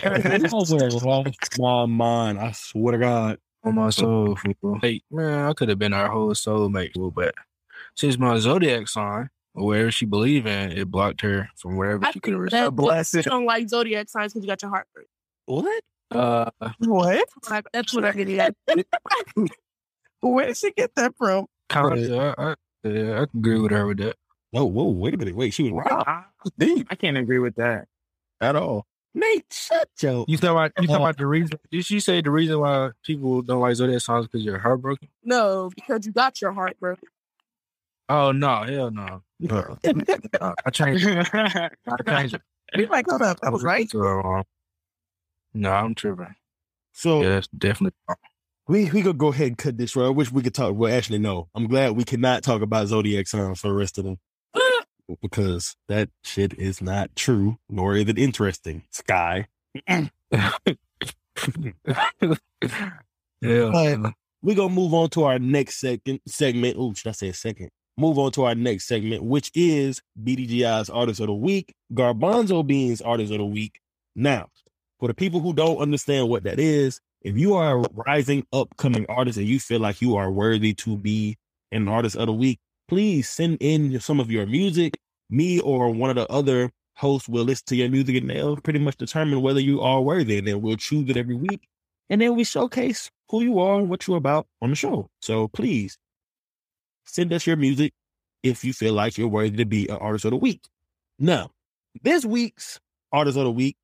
Speaker 2: hold on, my mind. I swear to God.
Speaker 6: on my soul, fool. Like, man, I could have been our whole soulmate, fool, but since my zodiac sign, or whatever she believed in, it blocked her from wherever she could have
Speaker 5: that-
Speaker 6: received. Bless
Speaker 5: You
Speaker 6: it.
Speaker 5: don't like zodiac signs because you got your heart broken.
Speaker 2: What?
Speaker 6: Uh,
Speaker 4: What?
Speaker 5: Like, that's what I really like.
Speaker 4: Where did she get that from?
Speaker 6: kind of, yeah, I, I, yeah, I can agree with her with that.
Speaker 2: Whoa, whoa, wait a minute. Wait, she was right.
Speaker 6: I,
Speaker 2: Deep
Speaker 6: can't agree with that.
Speaker 2: at all. Nate, shut your.
Speaker 6: You talking about you talking about the reason? Did Uh, she say the reason why people don't like zodiac signs because you're heartbroken?
Speaker 5: No, because you got your heart broken.
Speaker 6: Oh no, hell no. No. Uh, I changed. it. I changed. it.
Speaker 4: You're like, hold up, I was right.
Speaker 6: Uh, No, I'm tripping.
Speaker 2: So
Speaker 6: Yeah, that's definitely.
Speaker 2: we we could go ahead and cut this. Right? I wish we could talk. Well, actually, no. I'm glad we cannot talk about zodiac signs for the rest of them because that shit is not true, nor is it interesting. Sky.
Speaker 6: Yeah.
Speaker 2: we're gonna move on to our next second segment. Ooh, should I say a second? Move on to our next segment, which is BDGI's Artist of the Week, Garbanzo Beans Artist of the Week. Now, for the people who don't understand what that is, if you are a rising upcoming artist and you feel like you are worthy to be an artist of the week, please send in some of your music. Me or one of the other hosts will listen to your music and they'll pretty much determine whether you are worthy. And then we'll choose it every week and then we showcase who you are and what you're about on the show. So please send us your music if you feel like you're worthy to be an artist of the week. Now, this week's artist of the week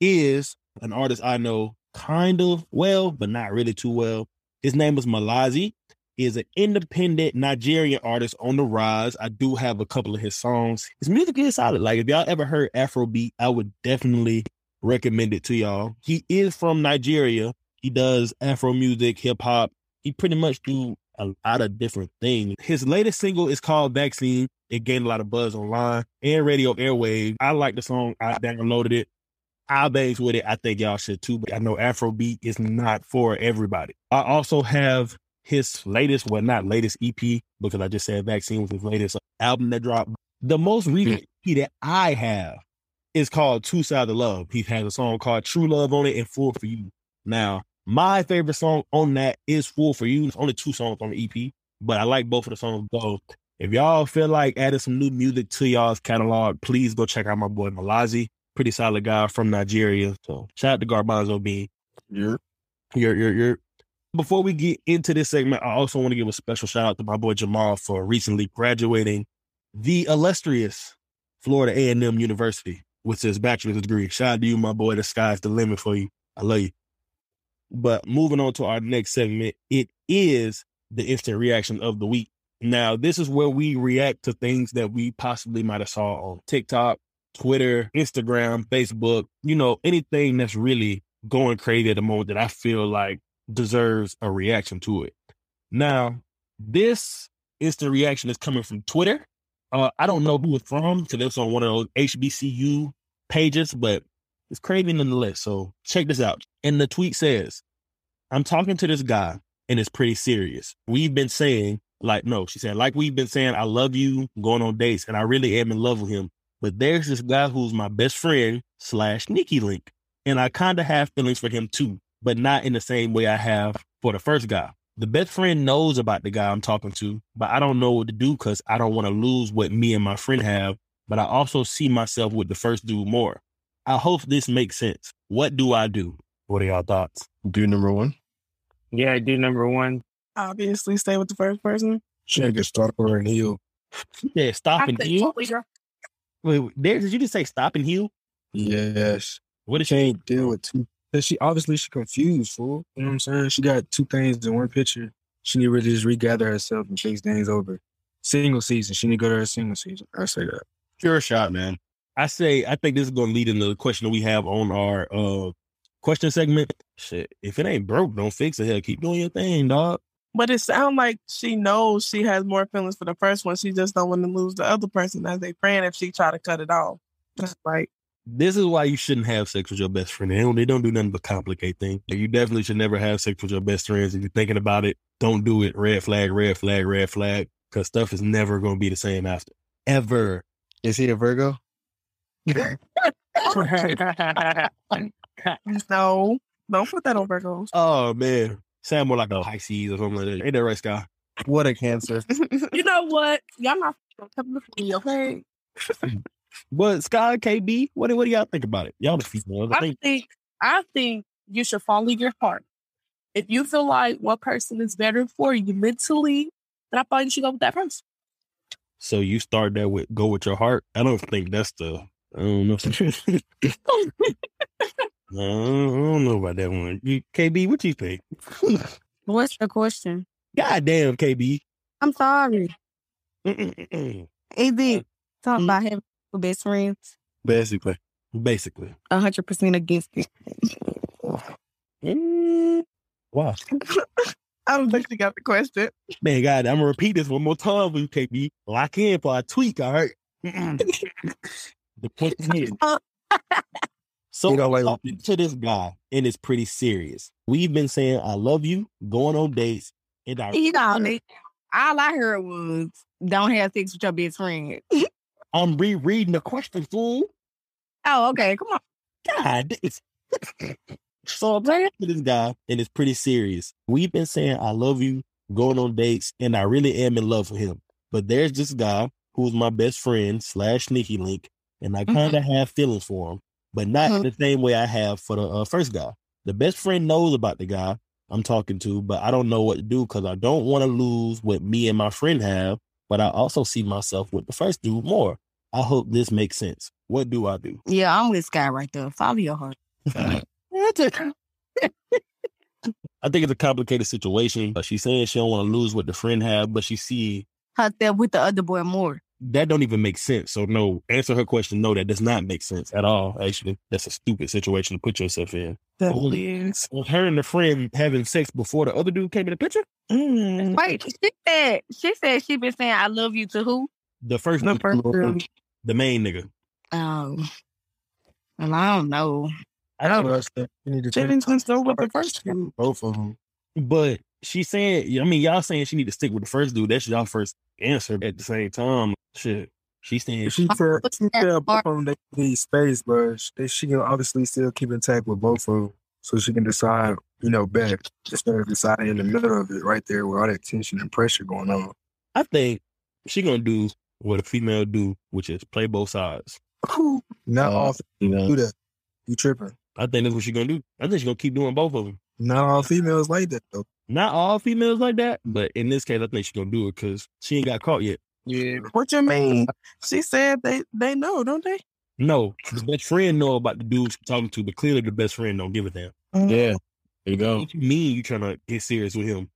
Speaker 2: is an artist I know kind of well, but not really too well. His name is Malazi. He is an independent Nigerian artist on the rise. I do have a couple of his songs. His music is solid. Like if y'all ever heard Afrobeat, I would definitely recommend it to y'all. He is from Nigeria, He does Afro music, hip hop. He pretty much do a lot of different things. His latest single is called Vaccine. It gained a lot of buzz online and radio airwaves. I like the song. I downloaded it. I bangs with it. I think y'all should too. But I know Afrobeat is not for everybody. I also have his latest, well, not latest EP, because I just said Vaccine was his latest album that dropped. The most recent EP that I have is called Two Sides of Love. He has a song called True Love on it and Fool for You. Now, my favorite song on that is Fool for You. It's only two songs on the EP, but I like both of the songs both. If y'all feel like adding some new music to y'all's catalog, please go check out my boy Malazi. Pretty solid guy from Nigeria. So shout out to Garbanzo Bean. Yep. You're, you're, you're. Before we get into this segment, I also want to give a special shout out to my boy Jamal for recently graduating the illustrious Florida A&M University with his bachelor's degree. Shout out to you, my boy. The sky's the limit for you. I love you. But moving on to our next segment, it is the instant reaction of the week. Now, this is where we react to things that we possibly might have saw on TikTok, Twitter, Instagram, Facebook, you know, anything that's really going crazy at the moment that I feel like deserves a reaction to it. Now, this instant reaction is coming from Twitter. Uh, I don't know who it's from because it's on one of those HBCU pages, but it's crazy nonetheless. So check this out. And the tweet says, I'm talking to this guy and it's pretty serious. We've been saying, like, no, she said, like we've been saying, I love you, going on dates, and I really am in love with him. But there's this guy who's my best friend slash Nikki Link. And I kind of have feelings for him too, but not in the same way I have for the first guy. The best friend knows about the guy I'm talking to, but I don't know what to do because I don't want to lose what me and my friend have. But I also see myself with the first dude more. I hope this makes sense. What do I do? What are y'all thoughts?
Speaker 7: Do number one.
Speaker 3: Yeah, dude, number one.
Speaker 4: Obviously, stay with the first person.
Speaker 6: Check it, stop her and heal.
Speaker 2: Yeah, stop and
Speaker 5: I think
Speaker 2: heal.
Speaker 5: totally girl.
Speaker 2: Wait, wait, there, did you just say stop and heal?
Speaker 6: Yes.
Speaker 2: What is she?
Speaker 6: Can't deal with two. 'cause She obviously she confused, fool. You know what I'm saying? She got two things in one picture. She need to really just regather herself and chase things over. Single season. She need to go to her single season. I say that.
Speaker 7: Pure shot, man.
Speaker 2: I say I think this is gonna lead into the question that we have on our uh question segment. Shit, if it ain't broke, don't fix it. Hell, keep doing your thing, dog.
Speaker 4: But it sounds like she knows she has more feelings for the first one. She just don't want to lose the other person as they friend if she try to cut it off. That's like
Speaker 2: This is why you shouldn't have sex with your best friend. They don't, they don't do nothing but complicate things. You definitely should never have sex with your best friends. If you're thinking about it, don't do it. Red flag, red flag, red flag. Cause stuff is never gonna be the same after. Ever.
Speaker 7: Is he a Virgo?
Speaker 4: no, don't put that on Virgos.
Speaker 2: Oh man. Sound more like a Pisces or something like that. Ain't that right, Sky?
Speaker 7: what a cancer.
Speaker 5: You know what? Y'all not gonna come look at me, okay?
Speaker 2: But Sky KB, what do what do y'all think about it? Y'all the females. I
Speaker 5: I
Speaker 2: think
Speaker 5: think I think you should follow your heart. If you feel like one person is better for you mentally, then I find you should go with that person.
Speaker 2: so. You start that with go with your heart. I don't think that's the. I don't know. I don't know about that one. You, KB, what you think?
Speaker 8: What's the question?
Speaker 2: Goddamn, KB.
Speaker 8: I'm sorry.
Speaker 2: Mm-mm-mm-mm.
Speaker 8: Is it talking about having two best friends?
Speaker 7: Basically.
Speaker 2: Basically,
Speaker 8: hundred percent against it.
Speaker 2: Mm. wow,
Speaker 4: I don't think she got the question.
Speaker 2: man, God, I'm gonna repeat this one more time for you, KB. Lock in for a tweak. All right. the point is,
Speaker 4: Oh.
Speaker 2: So
Speaker 7: You know, like-
Speaker 2: talking to this guy, and it's pretty serious. We've been saying I love you, going on dates, and I
Speaker 8: You know, Nick, all I heard was don't have sex with your best friend.
Speaker 2: I'm rereading the question, fool.
Speaker 8: oh, okay. Come on.
Speaker 2: God. it's- so I'm talking to this guy, and it's pretty serious. We've been saying, I love you, going on dates, and I really am in love with him. But there's this guy who's my best friend slash sneaky link, and I kind of have feelings for him, but not in the same way I have for the uh, first guy. The best friend knows about the guy I'm talking to, but I don't know what to do because I don't want to lose what me and my friend have, but I also see myself with the first dude more. I hope this makes sense. What do I do?
Speaker 8: Yeah, I'm with Sky right there. Follow your heart.
Speaker 2: I think it's a complicated situation. Uh, She's saying she don't want to lose what the friend have, but she see
Speaker 8: Herself with the other boy more.
Speaker 2: that don't even make sense. So no, answer her question. No, that does not make sense at all. Actually, that's a stupid situation to put yourself in.
Speaker 5: Definitely is.
Speaker 2: Was her and the friend having sex before the other dude came in the picture?
Speaker 5: Mm.
Speaker 8: Wait, she said she said she been saying I love you to who?
Speaker 2: The first,
Speaker 5: The
Speaker 2: dude,
Speaker 5: first dude.
Speaker 2: the main nigga.
Speaker 8: Oh. Well, I don't know.
Speaker 6: I don't know. You need to
Speaker 5: She
Speaker 6: check
Speaker 5: didn't sleep with the first dude.
Speaker 6: both of them.
Speaker 2: But she saying, I mean, y'all saying she need to stick with the first dude. That's y'all first answer. At the same time, shit, she saying
Speaker 6: If she tell,
Speaker 8: What's
Speaker 6: she
Speaker 8: that
Speaker 6: tell
Speaker 8: part?
Speaker 6: both of them they need space, but she, she can obviously still keep in touch with both of them, so she can decide, you know, back instead of deciding in the middle of it, right there with all that tension and pressure going on.
Speaker 2: I think she gonna do what a female do, which is play both sides.
Speaker 6: Not
Speaker 2: Uh,
Speaker 6: all females
Speaker 2: You know,
Speaker 6: do that. You tripping?
Speaker 2: I think that's what she gonna do. I think she gonna keep doing both of them.
Speaker 6: Not all females like that though.
Speaker 2: Not all females like that, but in this case, I think she gonna do it because she ain't got caught yet.
Speaker 6: Yeah,
Speaker 5: What you mean? She said they they know, don't they?
Speaker 2: No, the best friend know about the dude she's talking to, but clearly the best friend don't give a damn.
Speaker 7: Yeah. There you go.
Speaker 2: What you mean you trying to get serious with him?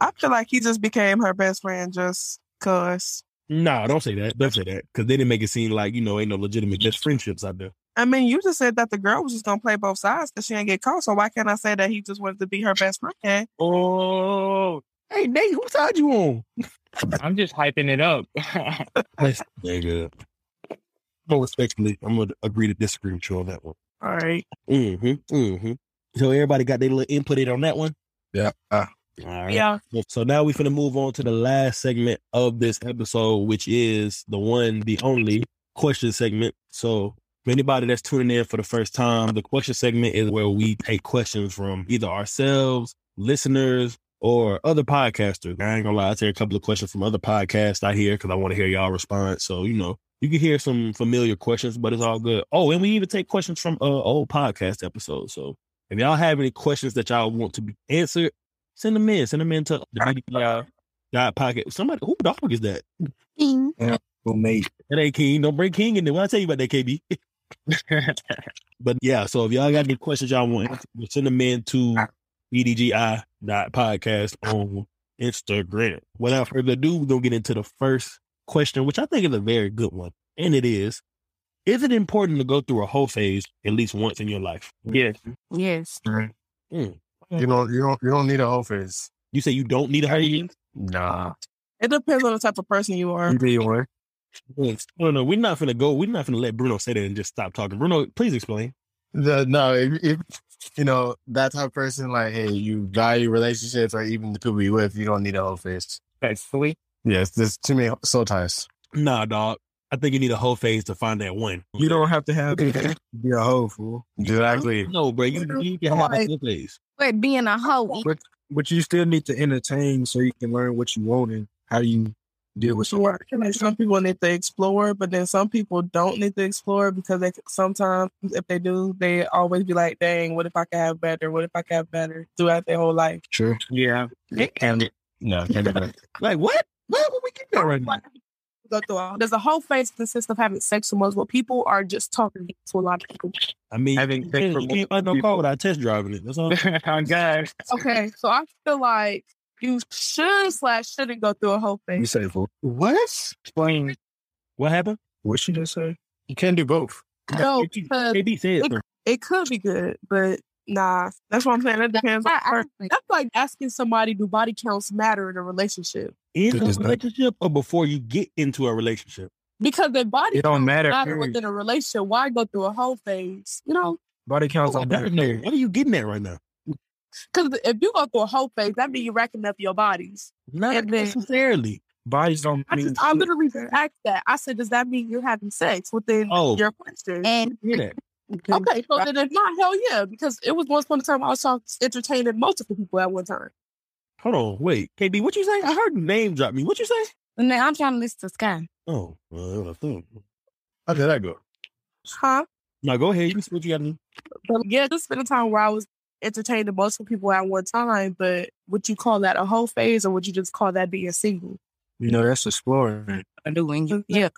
Speaker 5: I feel like he just became her best friend just cause.
Speaker 2: Nah, don't say that. Don't say that because they didn't make it seem like you know ain't no legitimate best friendships out there.
Speaker 5: I mean, you just said that the girl was just gonna play both sides because she didn't get caught. So why can't I say that he just wanted to be her best friend?
Speaker 2: Oh, hey Nate, whose side you on?
Speaker 10: I'm just hyping it up.
Speaker 2: Nigga, no respectfully, I'm gonna agree to disagree with you on that one.
Speaker 5: All right.
Speaker 2: Mm-hmm. Mm-hmm. So everybody got their little input in on that one.
Speaker 6: yeah. Ah,
Speaker 2: All right.
Speaker 5: Yeah.
Speaker 2: So now we're gonna move on to the last segment of this episode, which is the one, the only question segment. So for anybody that's tuning in for the first time, the question segment is where we take questions from either ourselves, listeners, or other podcasters. I ain't gonna lie, I take a couple of questions from other podcasts I hear because I want to hear y'all response. So you know, you can hear some familiar questions, but it's all good. Oh, and we even take questions from uh, old podcast episodes. So if y'all have any questions that y'all want to be answered, send them in. Send them in to the BDPI God Pocket. Somebody, who dog is that?
Speaker 5: Mm-hmm.
Speaker 6: Well, mate,
Speaker 2: That ain't King. Don't bring King in there. When I tell you about that, KB. But yeah, so if y'all got any questions y'all want, answered, well, send them in to E bdgi.podcast on Instagram. Without further ado, we're going to get into the first question, which I think is a very good one. And it is Is it important to go through a whole phase at least once in your life?
Speaker 7: Yeah.
Speaker 8: Yes.
Speaker 7: You don't you don't you don't need a whole face.
Speaker 2: You say you don't need a whole phase?
Speaker 7: Nah.
Speaker 5: It depends on the type of person you are.
Speaker 6: you be one.
Speaker 2: No, no, we're not going to go. We're not going to let Bruno say that and just stop talking. Bruno, please explain.
Speaker 7: The, no, if, if you know that type of person, like hey, you value relationships or even the people you with, you don't need a whole face.
Speaker 10: Respectfully.
Speaker 7: Yes, there's too many soul ties.
Speaker 2: Nah, dog. I think you need a whole phase to find that one.
Speaker 6: You don't have to have to be a hoe fool,
Speaker 7: Exactly.
Speaker 2: No, bro. You need to have a whole phase.
Speaker 8: But being a hoe.
Speaker 6: but you still need to entertain so you can learn what you want and how you deal with.
Speaker 5: Sure. Like, some people need to explore, but then some people don't need to explore because they sometimes, if they do, they always be like, "Dang, what if I could have better? What if I could have better?" Throughout their whole life.
Speaker 7: True.
Speaker 10: Yeah.
Speaker 7: And it- no, can't do that.
Speaker 2: Like what? What would we get that right now?
Speaker 5: Go through all. There's a whole phase consists of having sex with multiple people or just talking to a lot of people.
Speaker 2: I mean,
Speaker 10: Having
Speaker 2: you
Speaker 10: sex
Speaker 2: can't-
Speaker 10: for
Speaker 2: you can't find no
Speaker 10: multiple
Speaker 2: car without test driving it. That's all.
Speaker 10: oh God.
Speaker 5: Okay, so I feel like you should slash shouldn't go through a whole
Speaker 6: You
Speaker 5: thing.
Speaker 6: say fool.
Speaker 7: What?
Speaker 10: Explain.
Speaker 2: What happened?
Speaker 6: What she just say?
Speaker 7: You can do both.
Speaker 5: No,
Speaker 2: you-
Speaker 5: because
Speaker 2: KB said
Speaker 5: Oh, uh, Look-
Speaker 2: sir.
Speaker 5: it could be good, but nah, that's what I'm saying. It depends on.
Speaker 8: I,
Speaker 5: the
Speaker 8: I,
Speaker 5: person. That's like asking somebody, do body counts matter in a relationship?
Speaker 2: in a
Speaker 6: It is not-
Speaker 2: relationship or before you get into a relationship.
Speaker 5: Because their body
Speaker 6: It don't matter.
Speaker 5: matter
Speaker 6: period.
Speaker 5: within a relationship. Why go through a whole phase? You know,
Speaker 6: Body counts
Speaker 2: Oh,
Speaker 6: on
Speaker 2: that-
Speaker 6: that.
Speaker 2: no, what are you getting at right now?
Speaker 5: because if you go through a whole phase, that means you're racking up your bodies.
Speaker 2: Not
Speaker 5: And then-
Speaker 2: necessarily.
Speaker 6: Bodies don't
Speaker 5: I
Speaker 6: mean
Speaker 5: just, I
Speaker 6: shit.
Speaker 5: literally just asked that. I said, does that mean you're having sex within
Speaker 2: Oh.
Speaker 5: your question?
Speaker 8: and oh,
Speaker 2: Hear that?
Speaker 5: Okay, so then if not, hell yeah, because it was once upon a time I was talk- entertaining multiple people at one time.
Speaker 2: Hold on, wait, KB, what you say? I heard name drop me. What you say?
Speaker 8: now I'm trying to listen to Sky.
Speaker 2: Oh, well, that's what I thought.
Speaker 7: How did that go?
Speaker 5: Huh?
Speaker 2: Now go ahead. You see what you got to do.
Speaker 5: But yeah, just spent a time where I was entertaining multiple people at one time, but would you call that a whole phase or would you just call that being single?
Speaker 6: You know, that's exploring.
Speaker 8: I do when you yeah.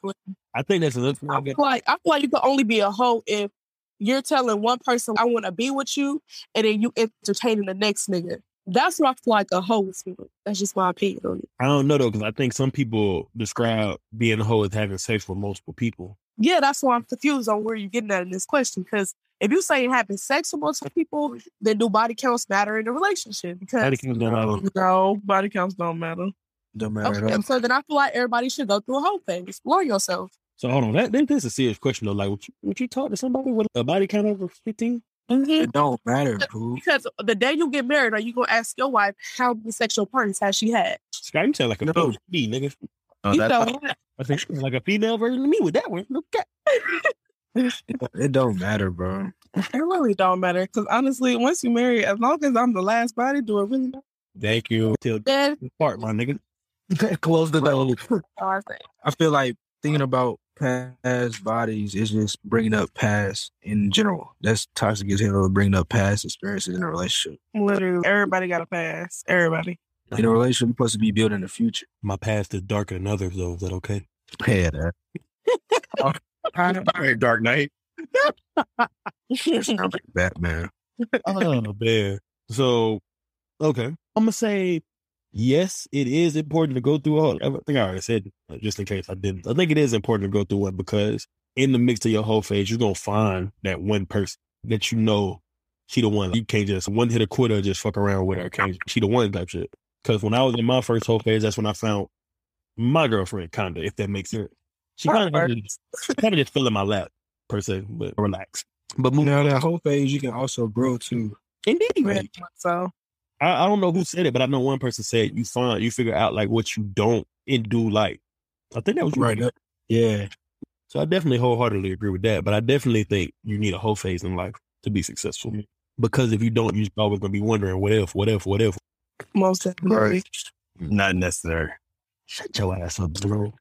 Speaker 2: I think that's another thing I
Speaker 5: I
Speaker 2: got-
Speaker 5: feel like I feel like you can only be a hoe if you're telling one person I want to be with you, and then you entertaining the next nigga. That's what I feel like a hoe is feeling. That's just my opinion on it.
Speaker 2: I don't know though, because I think some people describe being a hoe as having sex with multiple people.
Speaker 5: Yeah, that's why I'm confused on where you're getting at in this question. Because if you say having sex with multiple people, then do body counts matter in a relationship? Because
Speaker 2: That can go down.
Speaker 5: no, body counts don't matter.
Speaker 9: Don't matter at
Speaker 5: Okay,
Speaker 9: all.
Speaker 5: so then I feel like everybody should go through a whole thing, explore yourself.
Speaker 2: So hold on, that, that that's a serious question though. Like, would you, would you talk to somebody with a body count over fifteen?
Speaker 7: Mm-hmm.
Speaker 9: It don't matter, boo.
Speaker 5: Because the day you get married, are you gonna ask your wife how many sexual partners has she had?
Speaker 2: Scott, you sound like a
Speaker 9: No.
Speaker 2: OG, nigga.
Speaker 7: Oh,
Speaker 5: you
Speaker 7: that's-
Speaker 5: know what?
Speaker 2: I think she's like a female version of me with that one. Okay.
Speaker 9: It don't matter, bro.
Speaker 4: It really don't matter because honestly, once you marry, as long as I'm the last body, do it really matter?
Speaker 2: Thank you. Till
Speaker 5: Then
Speaker 2: part, my nigga.
Speaker 6: Close the door.
Speaker 5: I think
Speaker 6: I feel like thinking about past bodies is just bringing up past in general. That's toxic as hell. Bringing up past experiences in a relationship.
Speaker 4: Literally, everybody got a pass. Everybody.
Speaker 6: In a relationship, you're supposed to be building the future.
Speaker 2: My past is darker than others, though. Is that okay?
Speaker 6: Yeah, that.
Speaker 7: All right, Dark Knight.
Speaker 6: Batman.
Speaker 2: oh man. So okay. I'm gonna say yes, it is important to go through all I think I already said uh, just in case I didn't. I think it is important to go through one because in the mix of your whole phase, you're gonna find that one person that you know she the one. You can't just one hit a quitter just fuck around with her. Can't she the one type shit. Cause when I was in my first whole phase, that's when I found my girlfriend kinda, if that makes sense. She kinda just- kinda just fell in my lap per se, but relax. But moving
Speaker 6: Now that whole phase, you can also grow too.
Speaker 2: Indeed.
Speaker 4: Really, So
Speaker 2: I, I don't know who said it, but I know one person said you find you figure out like what you don't and do like. I think that was you.
Speaker 6: Right. That- Yeah.
Speaker 2: So I definitely wholeheartedly agree with that. But I definitely think you need a whole phase in life to be successful. Because if you don't, you're always gonna be wondering what if, what if, what if.
Speaker 4: most definitely.
Speaker 2: Not necessary. Shut your ass up, bro.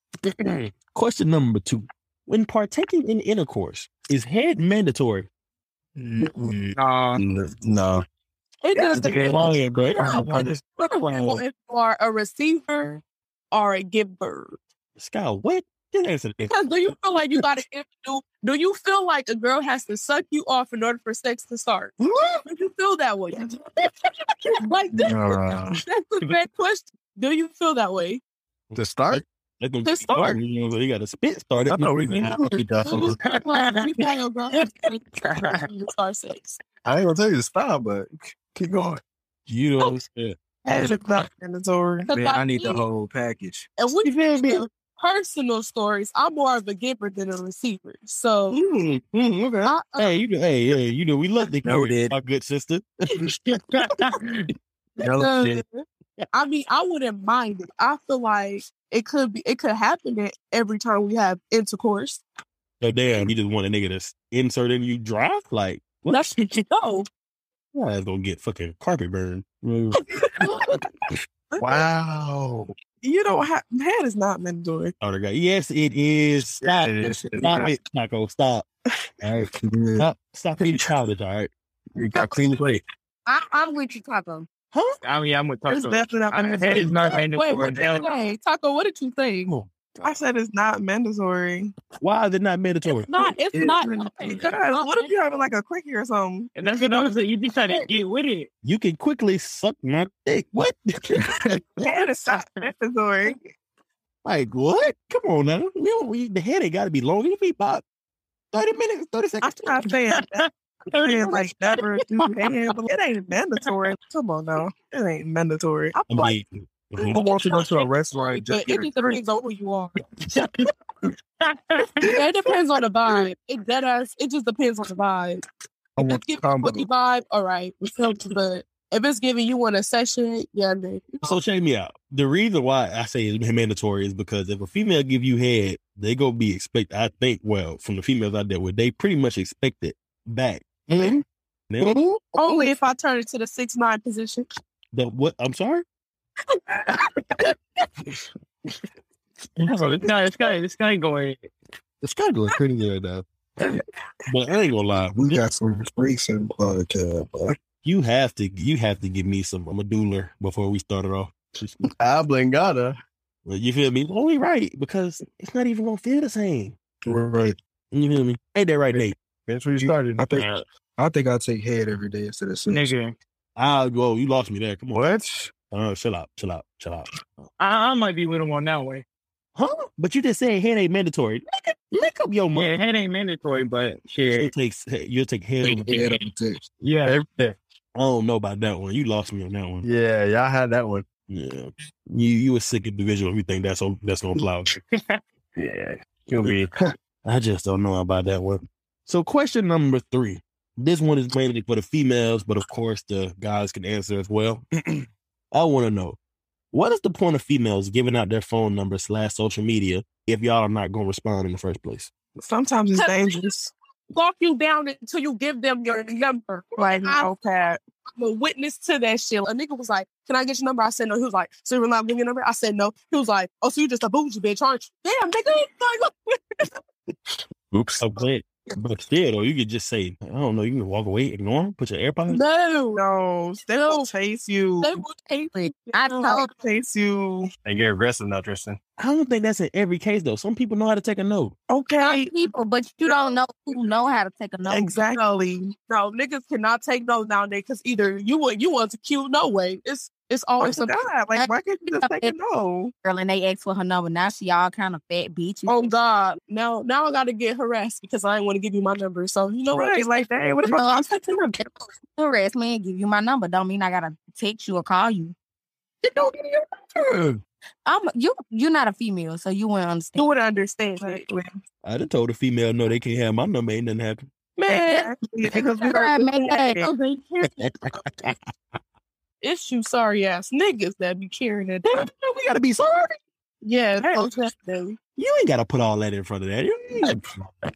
Speaker 2: Question number two: When partaking in intercourse, is head mandatory?
Speaker 7: Mm-hmm.
Speaker 6: Mm-mm.
Speaker 3: Nah,
Speaker 2: No.
Speaker 5: it does
Speaker 2: Sky,
Speaker 5: if you are a receiver or a giver.
Speaker 2: what? Just answer the
Speaker 5: Because do you feel like you gotta if- do do you feel like a girl has to suck you off in order for sex to start? do you feel that way? like that,
Speaker 6: Nah.
Speaker 5: that's the bad question. Do you feel that way?
Speaker 7: To start,
Speaker 2: That's gonna
Speaker 5: Just start.
Speaker 2: start. You know, so you got to spit start. it.
Speaker 7: I know we can.
Speaker 5: You feel that way? You start sex.
Speaker 7: I ain't gonna tell you to stop, but keep going.
Speaker 2: You know what I'm saying?
Speaker 4: It's not mandatory.
Speaker 5: 'Cause
Speaker 6: Man,
Speaker 5: like
Speaker 6: I need the
Speaker 5: me,
Speaker 6: whole package.
Speaker 5: And we personal stories. I'm more of a giver than a receiver. So I,
Speaker 2: mm, Hey, you know, hey, hey, you know, we love the
Speaker 6: Noted.
Speaker 2: my good sister.
Speaker 6: No shit.
Speaker 5: Uh, I mean, I wouldn't mind it. I feel like it could be, it could happen at every time we have intercourse.
Speaker 2: So damn, you just want a nigga that's inserting you dry? Like, what?
Speaker 5: That's no.
Speaker 2: Your ass gonna get fucking carpet burn.
Speaker 7: Wow.
Speaker 4: You don't have head is not mandatory.
Speaker 2: Powder guy. Yes, it is. Stop it. Stop it, Taco. Stop. Stop. Stop being childish. All right.
Speaker 7: You got clean plate.
Speaker 8: I, I'm with you, Taco.
Speaker 10: I mean, I'm with
Speaker 4: It's
Speaker 10: Tucker.
Speaker 4: definitely not
Speaker 10: I'm
Speaker 4: mandatory.
Speaker 10: head is not
Speaker 5: Wait, what did you
Speaker 10: mandatory.
Speaker 5: say? Taco, what did you think?
Speaker 4: I said it's not mandatory.
Speaker 2: Why is it not mandatory?
Speaker 5: Not, it's
Speaker 6: It's
Speaker 5: not.
Speaker 6: really-
Speaker 5: okay.
Speaker 4: Because what if you're having like a quickie or something?
Speaker 10: And that's what I was saying. You just had to get with it.
Speaker 2: You can quickly suck my dick. What?
Speaker 4: Head is not mandatory.
Speaker 2: like what? Come on now. We don't, we, the head ain't got to be long. It be about thirty minutes, thirty
Speaker 4: I'm
Speaker 2: seconds.
Speaker 4: not saying that. I'm saying like never do head, but it ain't mandatory. Come on now. It ain't mandatory.
Speaker 5: I
Speaker 2: I
Speaker 5: feel like,
Speaker 2: mean, mm-hmm.
Speaker 6: Who wants to go to a restaurant and
Speaker 5: but
Speaker 6: just get
Speaker 5: it
Speaker 6: a
Speaker 5: just
Speaker 6: drink?
Speaker 5: depends on who you are. Yeah, it depends on the vibe. It that us. It just depends on the
Speaker 6: I
Speaker 5: vibe. If
Speaker 6: want
Speaker 5: it's giving
Speaker 6: combo.
Speaker 5: quickie vibe, all right. we feel you, But if it's giving you one a session, yeah, then
Speaker 2: So check me out. The reason why I say it's mandatory is because if a female give you head, they gonna be expect. I think well from the females I dealt with, they pretty much expect it back. They don't-
Speaker 5: only if I turn it to the six nine position.
Speaker 2: the- what? I'm sorry.
Speaker 10: No, this guy, this guy, this guy going.
Speaker 7: It's kind of going crazy right now.
Speaker 2: But I ain't gonna lie.
Speaker 9: We got some freaks in the podcast, bro.
Speaker 2: You have to. You have to give me some. I'm a doodler before we started off.
Speaker 7: I Blingada.
Speaker 2: You feel me? Only right because it's not even gonna feel the same.
Speaker 9: Right.
Speaker 2: You feel me? Ain't that right, Nate?
Speaker 7: That's where you started.
Speaker 9: I think I think I'll take head every day instead of sex.
Speaker 10: Nigga,
Speaker 2: Ah, whoa, you lost me there. Come on. What? Uh, chill out, chill out, chill out.
Speaker 10: I, I might be with him on that way.
Speaker 2: Huh? But you just said head ain't mandatory. Make, make up your mind.
Speaker 10: Yeah, head ain't mandatory, but
Speaker 2: You'll
Speaker 10: shit.
Speaker 2: take, you'll take head. over
Speaker 9: Head
Speaker 2: dick.
Speaker 9: up the tips.
Speaker 10: Yeah.
Speaker 7: Everything.
Speaker 2: I don't know about that one. You lost me on that one.
Speaker 7: Yeah, y'all had that one.
Speaker 2: Yeah. You you a sick individual if you think that's on, that's gonna plow.
Speaker 7: Yeah, you'll be.
Speaker 2: I just don't know about that one. So, question number three. This one is mainly for the females, but of course the guys can answer as well. I want to know what is the point of females giving out their phone number slash social media if y'all are not going to respond in the first place?
Speaker 4: Sometimes it's dangerous.
Speaker 5: Walk you down until you give them your number.
Speaker 4: Like, oh,
Speaker 5: I-
Speaker 4: okay.
Speaker 5: I'm a witness to that shit. A nigga was like, "Can I get your number?" I said no. He was like, "So you're not giving your number?" I said no. He was like, "Oh, so you just a bougie bitch, aren't you?" Damn, nigga. Like, look,
Speaker 7: Oops.
Speaker 2: So, Oh, but, but still, or you could just say, I don't know, you can walk away, ignore them, put your AirPods.
Speaker 5: no,
Speaker 4: No, they will chase you.
Speaker 5: they would hate me.
Speaker 8: I
Speaker 4: They'll
Speaker 8: told
Speaker 4: chase you.
Speaker 7: They get aggressive now, Tristan.
Speaker 2: I don't think that's in every case though. Some people know how to take a no.
Speaker 4: Okay.
Speaker 8: people, but you don't know who know how to take a no.
Speaker 4: Exactly.
Speaker 5: No, niggas cannot take those nowadays because either you want you want to cute, no way. It's it's
Speaker 4: Oh,
Speaker 5: always
Speaker 4: it's
Speaker 5: something.
Speaker 4: God. Like, why can't you just take a no?
Speaker 8: girl and they asked for her number. Now she all kind of fat bitches.
Speaker 5: Oh God! Now, now I gotta get harassed because I didn't want to give you my number. So you know what?
Speaker 4: Right.
Speaker 5: It's
Speaker 4: Like, dang, what
Speaker 8: no,
Speaker 4: about
Speaker 8: I'm taking her. Harass me and give you my number. Don't mean I gotta text you or call you.
Speaker 5: don't get it.
Speaker 8: I'm you. You're not a female, so you wouldn't understand.
Speaker 5: You would understand, like,
Speaker 2: I done told a female no, they can't have my number, ain't nothing happen.
Speaker 5: man.
Speaker 4: Because we
Speaker 8: Girl,
Speaker 4: already
Speaker 8: make
Speaker 4: had
Speaker 8: that-
Speaker 4: it.
Speaker 5: It's you sorry ass niggas that be carrying it.
Speaker 2: we gotta be sorry.
Speaker 5: Yeah,
Speaker 2: Hey.
Speaker 5: so definitely.
Speaker 2: You ain't gotta put all that in front of that. You ain't gotta-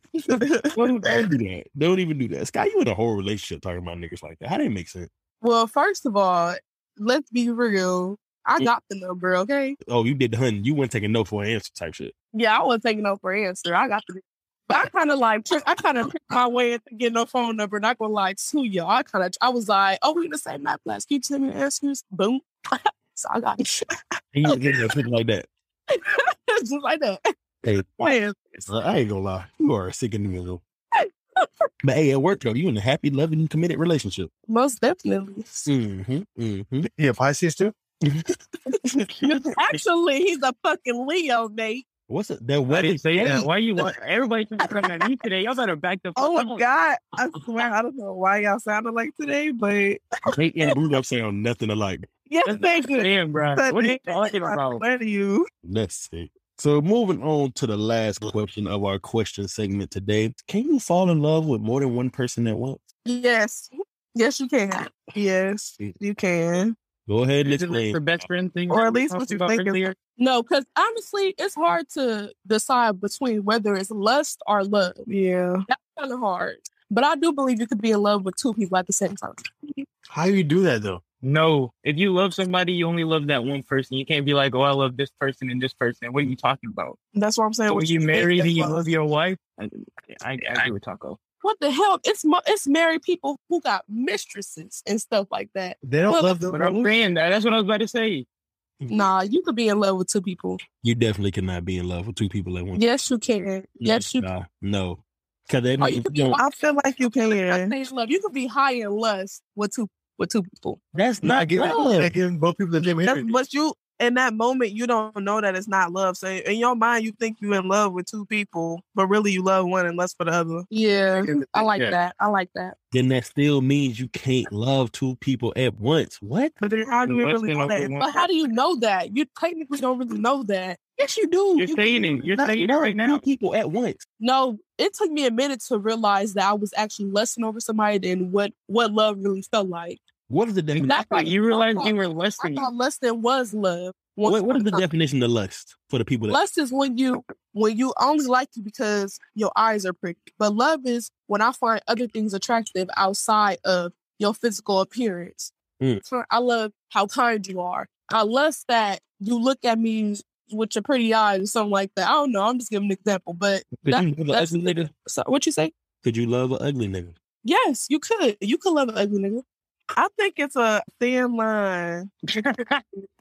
Speaker 2: Don't do that. Don't even do that. Sky, you in a whole relationship talking about niggas like that. How didn't make sense?
Speaker 5: Well, first of all, let's be real. I got the number, okay?
Speaker 2: Oh, you did the hunting. You wouldn't take a no for an answer type shit.
Speaker 5: Yeah, I wasn't taking no for an answer. I got the. But I kind of like trick- I kind of picked my way into getting a phone number. Not gonna lie to you. I kind of I was like, oh, we in the same map last. Keep sending me answers. Boom. so I got it.
Speaker 2: And you get something like that.
Speaker 5: just like that.
Speaker 2: Hey,
Speaker 5: Man,
Speaker 2: so I ain't gonna lie. You are a sick individual. But hey, at work though, you in a happy, loving, committed relationship.
Speaker 5: most definitely.
Speaker 2: Mm-hmm. Mm-hmm.
Speaker 7: Yeah, Pisces too.
Speaker 5: Actually, he's a fucking Leo, mate.
Speaker 2: What's it? That
Speaker 10: Why
Speaker 2: wedding?
Speaker 10: did say that? Why you? want Everybody can come at me today. Y'all better back the.
Speaker 4: Oh
Speaker 10: fuck
Speaker 4: my
Speaker 10: up.
Speaker 4: God. I swear, I don't know why y'all sounded like today, but
Speaker 2: We don't sound nothing alike.
Speaker 5: Yes,
Speaker 10: That's-
Speaker 5: thank you.
Speaker 10: Damn, bro.
Speaker 4: But
Speaker 10: What oh, are you
Speaker 4: they-
Speaker 10: talking
Speaker 4: I
Speaker 10: about?
Speaker 4: swear to you.
Speaker 2: Let's see. So moving on to the last question of our question segment today. Can you fall in love with more than one person at once?
Speaker 5: Yes. Yes, you can.
Speaker 4: Yes, you can.
Speaker 2: Go ahead and
Speaker 10: Is it like
Speaker 2: explain.
Speaker 10: the best friend thing,
Speaker 4: Or
Speaker 10: that
Speaker 4: at
Speaker 10: we
Speaker 4: least what
Speaker 10: talked
Speaker 4: you
Speaker 10: about
Speaker 4: think is-
Speaker 10: earlier?
Speaker 5: No, because honestly, it's hard to decide between whether it's lust or love.
Speaker 4: Yeah.
Speaker 5: Kind of hard. But I do believe you could be in love with two people at the same time.
Speaker 7: How you do that though?
Speaker 10: No, if you love somebody, you only love that one person. You can't be like, oh, I love this person and this person. What are you talking about?
Speaker 4: That's what I'm saying.
Speaker 10: When
Speaker 4: what
Speaker 10: you
Speaker 4: think
Speaker 10: married
Speaker 4: that
Speaker 10: and you
Speaker 4: was.
Speaker 10: love your wife? I, I, I agree with Taco.
Speaker 5: What the hell? It's mo- it's married people who got mistresses and stuff like that.
Speaker 7: They don't
Speaker 5: Well,
Speaker 7: love them.
Speaker 10: But I'm saying that. That's what I was about to say.
Speaker 5: Nah, you could be in love with two people.
Speaker 2: You definitely cannot be in love with two people at once.
Speaker 5: Yes, you can. Yes, you can.
Speaker 2: Mm-hmm. Nah, no, because they
Speaker 5: you
Speaker 2: don't.
Speaker 5: could be
Speaker 2: don't-
Speaker 5: wild.
Speaker 4: I feel like you
Speaker 5: I
Speaker 4: can.
Speaker 5: say it's love. You could be high in lust with two with two people.
Speaker 2: that's
Speaker 7: Not
Speaker 2: not
Speaker 7: giving,
Speaker 2: love.
Speaker 7: not giving both people the same
Speaker 4: That's,
Speaker 7: energy.
Speaker 4: but you, in that moment, you don't know that it's not love. So in your mind, you think you're in love with two people, but really you love one and less for the other.
Speaker 5: Yeah, I like
Speaker 7: Yeah.
Speaker 5: that. I like that.
Speaker 2: Then that still means you can't love two people at once. What?
Speaker 4: But then how do we
Speaker 10: Less
Speaker 4: really
Speaker 10: than
Speaker 4: know
Speaker 10: what
Speaker 4: that?
Speaker 10: we
Speaker 5: But how do you know that? You technically don't really know that. Yes, you do.
Speaker 10: You're
Speaker 5: You-
Speaker 10: saying it. You're
Speaker 2: Not
Speaker 10: saying it
Speaker 2: love
Speaker 10: right
Speaker 2: two
Speaker 10: now.
Speaker 2: people at once.
Speaker 5: no, it took me a minute to realize that I was actually lusting over somebody than what what love really felt like.
Speaker 2: What is the definition?
Speaker 5: That's
Speaker 10: But you realized you were less
Speaker 5: I
Speaker 10: than
Speaker 5: thought lusting was love. Once
Speaker 2: What, what is the
Speaker 5: upon a time.
Speaker 2: definition of lust for the people that?
Speaker 5: Lust is when you when you only like you because your eyes are pretty. But love is when I find other things attractive outside of your physical appearance.
Speaker 2: Mm.
Speaker 5: So I love how kind you are. I lust that you look at me with your pretty eyes or something like that. I don't know. I'm just giving an example. But
Speaker 2: Could
Speaker 5: that-
Speaker 2: you love an
Speaker 5: that's-
Speaker 2: ugly nigga?
Speaker 5: so, what you say?
Speaker 2: Could you love an ugly nigga?
Speaker 5: Yes, you could. You could love an ugly nigga.
Speaker 4: I think it's a thin line.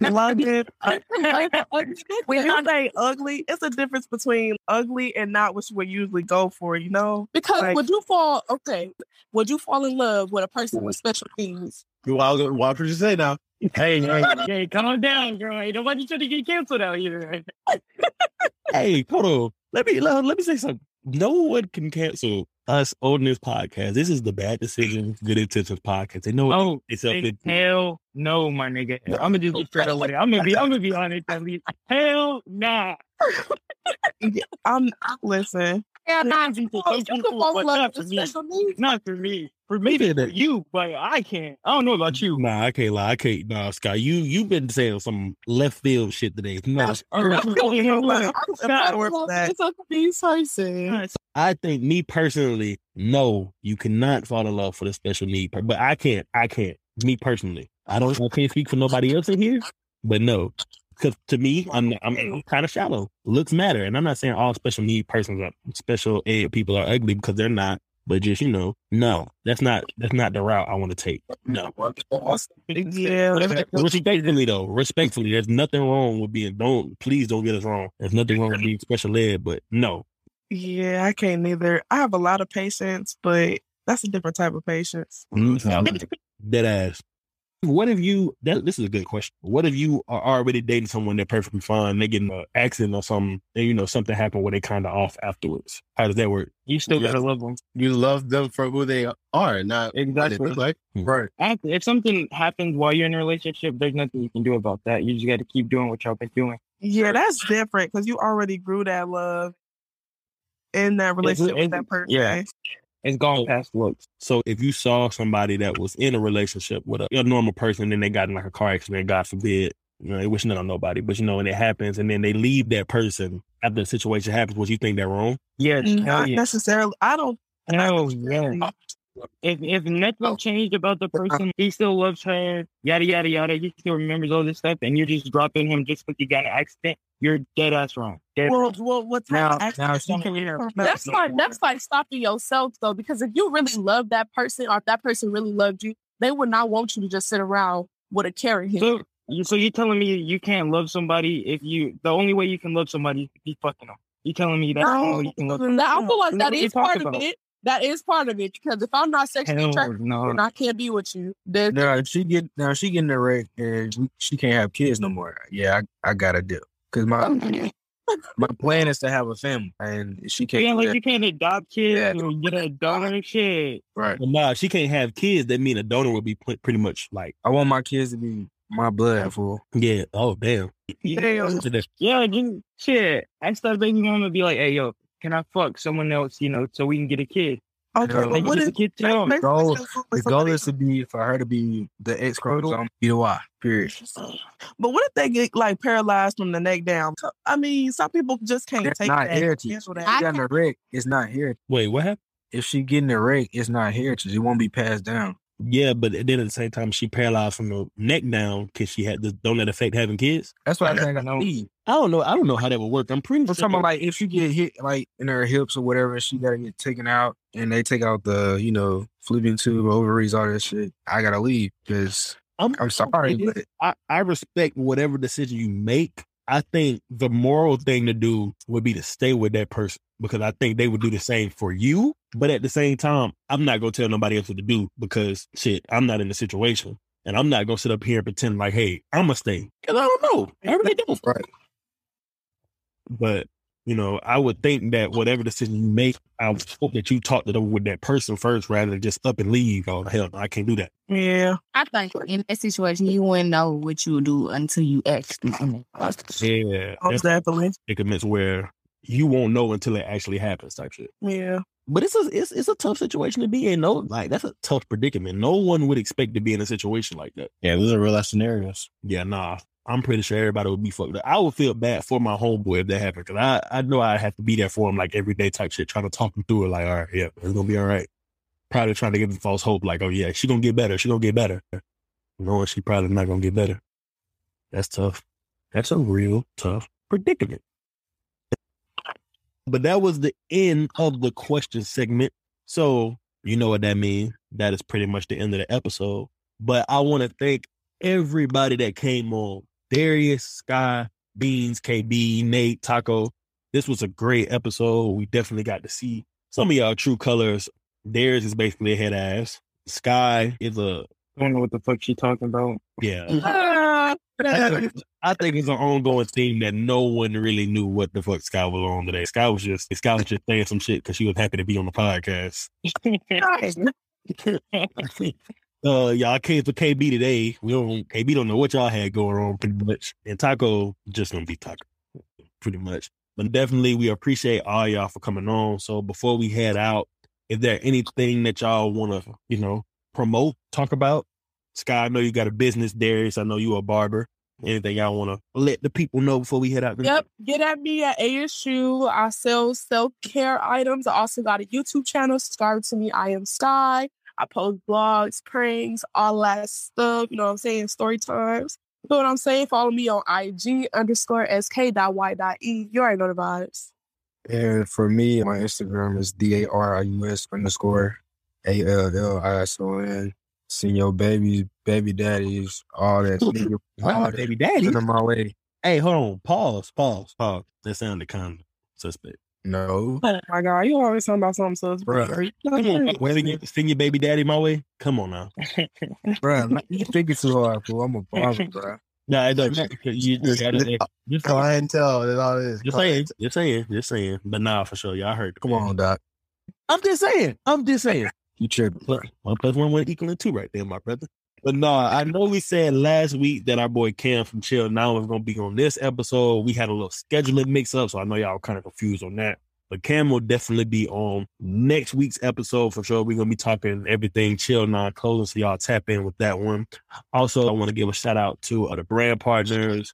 Speaker 4: Love it. When you say ugly, it's a difference between ugly and not what you would usually go for, you know?
Speaker 5: Because
Speaker 4: Like-
Speaker 5: would you fall okay? Would you fall in love with a person with special needs?
Speaker 7: Watch what you say now. Hey, hey,
Speaker 10: Hey, calm down, girl. Ain't nobody trying to get canceled out here.
Speaker 2: hey, hold on. Let me let, let me say something. No one can cancel us on this podcast. This is the bad decisions, good intentions podcast. They know
Speaker 10: Oh,
Speaker 2: it's up.
Speaker 10: Hey, hell no, my nigga. I'm gonna just be straight up with it. I'm gonna be, I'm gonna be honest at least. Hell nah.
Speaker 4: I'm listen.
Speaker 10: Hell nah. people.
Speaker 5: Oh,
Speaker 10: Some
Speaker 5: you can
Speaker 10: people,
Speaker 5: fall
Speaker 10: but
Speaker 5: in love
Speaker 10: not for
Speaker 5: with
Speaker 10: me.
Speaker 5: special needs.
Speaker 10: Not for me. For me,
Speaker 2: Maybe
Speaker 10: for
Speaker 2: that-
Speaker 10: you, but I can't. I don't know about you.
Speaker 2: Nah, I can't lie. I can't. Nah, Scott, you you've been saying some left field shit today. No,
Speaker 4: I'm worth that.
Speaker 5: It's a beast person.
Speaker 2: I think me personally, no, you cannot fall in love for the special need. per- But I can't. I can't. Me personally, I don't. I can't speak for nobody else in here. But no, because to me, I'm I'm, I'm kind of shallow. Looks matter, and I'm not saying all special need persons are special ed people are ugly because they're not. But just you know, no, that's not that's not the route I want to take. No.
Speaker 4: Yeah.
Speaker 2: Respectfully though, respectfully, there's nothing wrong with being. Don't please don't get us wrong. There's nothing wrong with being special ed, but no,
Speaker 4: Yeah, I can't neither. I have a lot of patience, but that's a different type of patience.
Speaker 7: Mm-hmm.
Speaker 2: dead ass. What if you? That this is a good question. What if you are already dating someone they're perfectly fine, they get in an accident or something, and you know something happened where they kind of off afterwards? How does that work?
Speaker 10: You still gotta love them.
Speaker 7: you love them for who they are, not what they
Speaker 10: Exactly.
Speaker 7: look like.
Speaker 9: Right.
Speaker 10: After, if something happens while you're in a relationship, there's nothing you can do about that. You just got to keep doing what y'all been doing.
Speaker 4: Yeah, that's different because you already grew that love in that relationship with
Speaker 10: it's-
Speaker 4: that person.
Speaker 10: yeah. It's gone past looks.
Speaker 2: So if you saw somebody that was in a relationship with a, a normal person, then they got in like a car accident, God forbid, you know, they wishing it on nobody, but you know, and it happens, and then they leave that person after the situation happens, what you think they're wrong?
Speaker 10: Yeah,
Speaker 5: Mm, Mm-hmm.
Speaker 10: hell
Speaker 4: Not
Speaker 10: yeah.
Speaker 4: necessarily. I don't.
Speaker 10: Hell yeah. If if nothing changed about the person, he still loves her, yada yada yada. He still remembers all this stuff, and you're just dropping him just because you got an accident. You're dead ass wrong. Dead.
Speaker 4: Well, well, what type
Speaker 10: Now-
Speaker 4: of act-
Speaker 10: now she can hear.
Speaker 5: That's like that's like stopping yourself though, because if you really love that person or if that person really loved you, they would not want you to just sit around with a carrot here.
Speaker 10: So you so you telling me you can't love somebody if you the only way you can love somebody is if you fucking them. You telling me that's the
Speaker 5: No.
Speaker 10: only way you can love?
Speaker 5: Now, I feel like
Speaker 10: What
Speaker 5: that
Speaker 10: you
Speaker 5: is
Speaker 10: talking
Speaker 5: part of
Speaker 10: about?
Speaker 5: it. That is part of it because if I'm not sexually
Speaker 10: Hell
Speaker 5: attracted
Speaker 10: no.
Speaker 5: and I can't be with you, then
Speaker 9: Now if she get now if she getting a wreck and we- she can't have kids no more. Yeah, I, I gotta do because my my plan is to have a family and she
Speaker 10: You
Speaker 9: can't.
Speaker 10: can't
Speaker 9: do
Speaker 10: like you can't adopt kids or get a dog and shit.
Speaker 9: that. right.
Speaker 2: Well, nah, if she can't have kids. That mean a donor would be pl- pretty much like,
Speaker 9: I want my kids to be my blood fool.
Speaker 2: yeah, oh damn,
Speaker 10: Damn.
Speaker 2: Look at that.
Speaker 10: Yeah, then shit. I start baby mama be like, hey yo, can I fuck someone else, you know, so we can get a kid?
Speaker 4: Okay,
Speaker 9: No.
Speaker 4: but
Speaker 10: Like,
Speaker 4: what
Speaker 10: get
Speaker 4: is
Speaker 10: the kid to them.
Speaker 4: Maybe
Speaker 9: goal-
Speaker 4: we should go
Speaker 9: The
Speaker 4: with
Speaker 9: goal
Speaker 4: somebody-
Speaker 9: is to be for her to be the X chromosome, be the Y. Period.
Speaker 4: But what if they get like paralyzed from the neck down? I mean, some people just can't
Speaker 9: That's
Speaker 4: take
Speaker 9: not
Speaker 4: that.
Speaker 9: heritage. If
Speaker 4: cancel
Speaker 9: she
Speaker 4: that.
Speaker 9: got a wreck, it's not heritage.
Speaker 2: Wait, what happened?
Speaker 9: If she getting a wreck, it's not heritage. It won't be passed down.
Speaker 2: Yeah, but then at the same time, she paralyzed from the neck down because she had. Does, don't that affect having kids?
Speaker 9: That's why I think I
Speaker 10: No.
Speaker 9: know.
Speaker 2: I don't know. I don't know how that would work. I'm pretty
Speaker 9: I'm
Speaker 2: sure.
Speaker 9: talking about like if you get hit like in her hips or whatever, she gotta get taken out, and they take out the you know fallopian tube, ovaries, all that shit. I gotta leave because
Speaker 2: I'm-
Speaker 9: I'm sorry,
Speaker 2: it
Speaker 9: but
Speaker 2: is- I, I respect whatever decision you make. I think the moral thing to do would be to stay with that person because I think they would do the same for you. But at the same time, I'm not gonna tell nobody else what to do because shit, I'm not in the situation. And I'm not gonna sit up here and pretend like, hey, I'ma stay. Cause I don't know. I really don't.
Speaker 9: Right.
Speaker 2: But you know, I would think that whatever decision you make, I would hope that you talked it over with that person first rather than just up and leave. Oh hell no, I can't do that.
Speaker 4: Yeah.
Speaker 8: I think in that situation, you wouldn't know what you would do until you actually.
Speaker 2: Yeah.
Speaker 4: Most definitely.
Speaker 2: predicaments where you won't know until it actually happens type shit.
Speaker 4: Yeah.
Speaker 2: But it's a it's it's a tough situation to be in. No, like that's a tough predicament. No one would expect to be in a situation like that.
Speaker 7: Yeah, those are real life scenarios.
Speaker 2: Yeah, nah. I'm pretty sure everybody would be fucked up. I would feel bad for my homeboy if that happened because I, I know I have to be there for him like every day type shit, trying to talk him through it. Like, all right, yeah, it's gonna be all right. Probably trying to give him false hope, like, oh yeah, she gonna get better, she gonna get better. Knowing she probably not gonna get better. That's tough. That's a real tough predicament. But that was the end of the question segment. So you know what that means. That is pretty much the end of the episode. But I want to thank everybody that came on. Darius, Sky, Beans, KB, Nate, Taco. This was a great episode. We definitely got to see some of y'all true colors. Darius is basically a head ass. Sky is a
Speaker 10: don't know what the fuck she talking about.
Speaker 2: Yeah. I think it's an ongoing theme that no one really knew what the fuck Sky was on today. Sky was just Sky was just saying some shit because she was happy to be on the podcast. Uh, y'all came for KB today. We don't KB don't know what y'all had going on pretty much, and Taco just gonna be Taco pretty much. But definitely, we appreciate all y'all for coming on. So before we head out, is there anything that y'all want to you know promote, talk about? Sky, I know you got a business, Darius. I know you a barber. Anything y'all want to let the people know before we head out?
Speaker 5: Yep, get at me at ASU. I sell self care items. I also got a YouTube channel. Subscribe to me. I am Sky. I post blogs, pranks, all that stuff. You know what I'm saying? Story times. You know what I'm saying? Follow me on IG underscore sk dot y dot e. You already know the vibes.
Speaker 9: And for me, my Instagram is D A R I U S underscore A L L I S O N. Seeing your babies, baby daddies, all that. nigga, all
Speaker 2: Wow,
Speaker 9: that
Speaker 2: baby Oh, daddy.
Speaker 9: sending my way.
Speaker 2: Hey, hold on. Pause. Pause. Pause. That sounded kind of suspect.
Speaker 9: No.
Speaker 4: Oh my God, you always talking about something so
Speaker 9: Bruh.
Speaker 2: Come on. Send your, send your baby daddy my way. Come on now.
Speaker 9: Bruh, like, you think it's too hard, fool. I'm a barber, bruh.
Speaker 2: No, it doesn't. You, you gotta, just,
Speaker 7: Clientele, that's all it is.
Speaker 2: just saying. Just saying. Just saying. But nah, for sure. Y'all heard.
Speaker 9: Come on, Doc.
Speaker 2: I'm just saying. I'm just saying.
Speaker 9: You tripping.
Speaker 2: Plus, one plus one would equal two right there, my brother. But no, I know we said last week that our boy Cam from Chill Now was gonna be on this episode. We had a little scheduling mix up, so I know y'all were kind of confused on that. But Cam will definitely be on next week's episode for sure. We're gonna be talking everything Chill Now closing, so y'all tap in with that one. Also, I want to give a shout out to uh, the brand partners,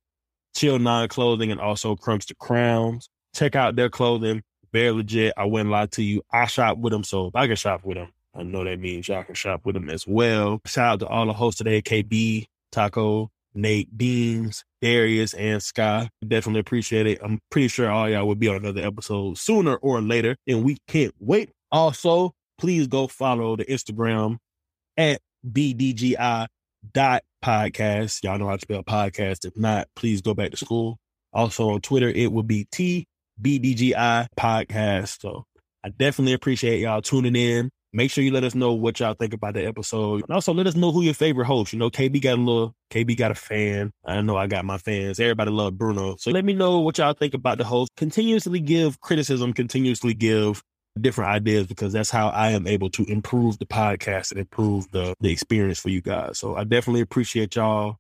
Speaker 2: Chill Non Clothing, and also Crunch the Crowns. Check out their clothing. Very legit. I wouldn't lie to you. I shop with them, so if I can shop with them, I know that means y'all can shop with them as well. Shout out to all the hosts today KB, Taco, Nate, Beans, Darius, and Sky. Definitely appreciate it. I'm pretty sure all y'all will be on another episode sooner or later, and we can't wait. Also, please go follow the Instagram at BDGI dot podcast. Y'all know how to spell podcast. If not, please go back to school. Also on Twitter, it will be TBDGI podcast. So I definitely appreciate y'all tuning in. Make sure you let us know what y'all think about the episode. And also let us know who your favorite host. You know, KB got a little, KB got a fan. I know I got my fans. Everybody love Bruno. So let me know what y'all think about the host. Continuously give criticism, continuously give different ideas because that's how I am able to improve the podcast and improve the, the experience for you guys. So I definitely appreciate y'all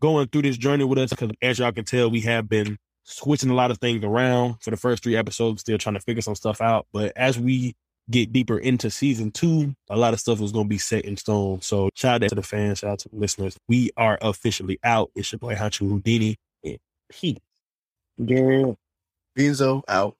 Speaker 2: going through this journey with us because as y'all can tell, we have been switching a lot of things around for the first three episodes, still trying to figure some stuff out. But as we get deeper into season two, a lot of stuff is going to be set in stone. So shout out to the fans, shout out to the listeners. We are officially out. It's your boy Hachu Houdini and Pete.
Speaker 10: Girl.
Speaker 7: Benzo out.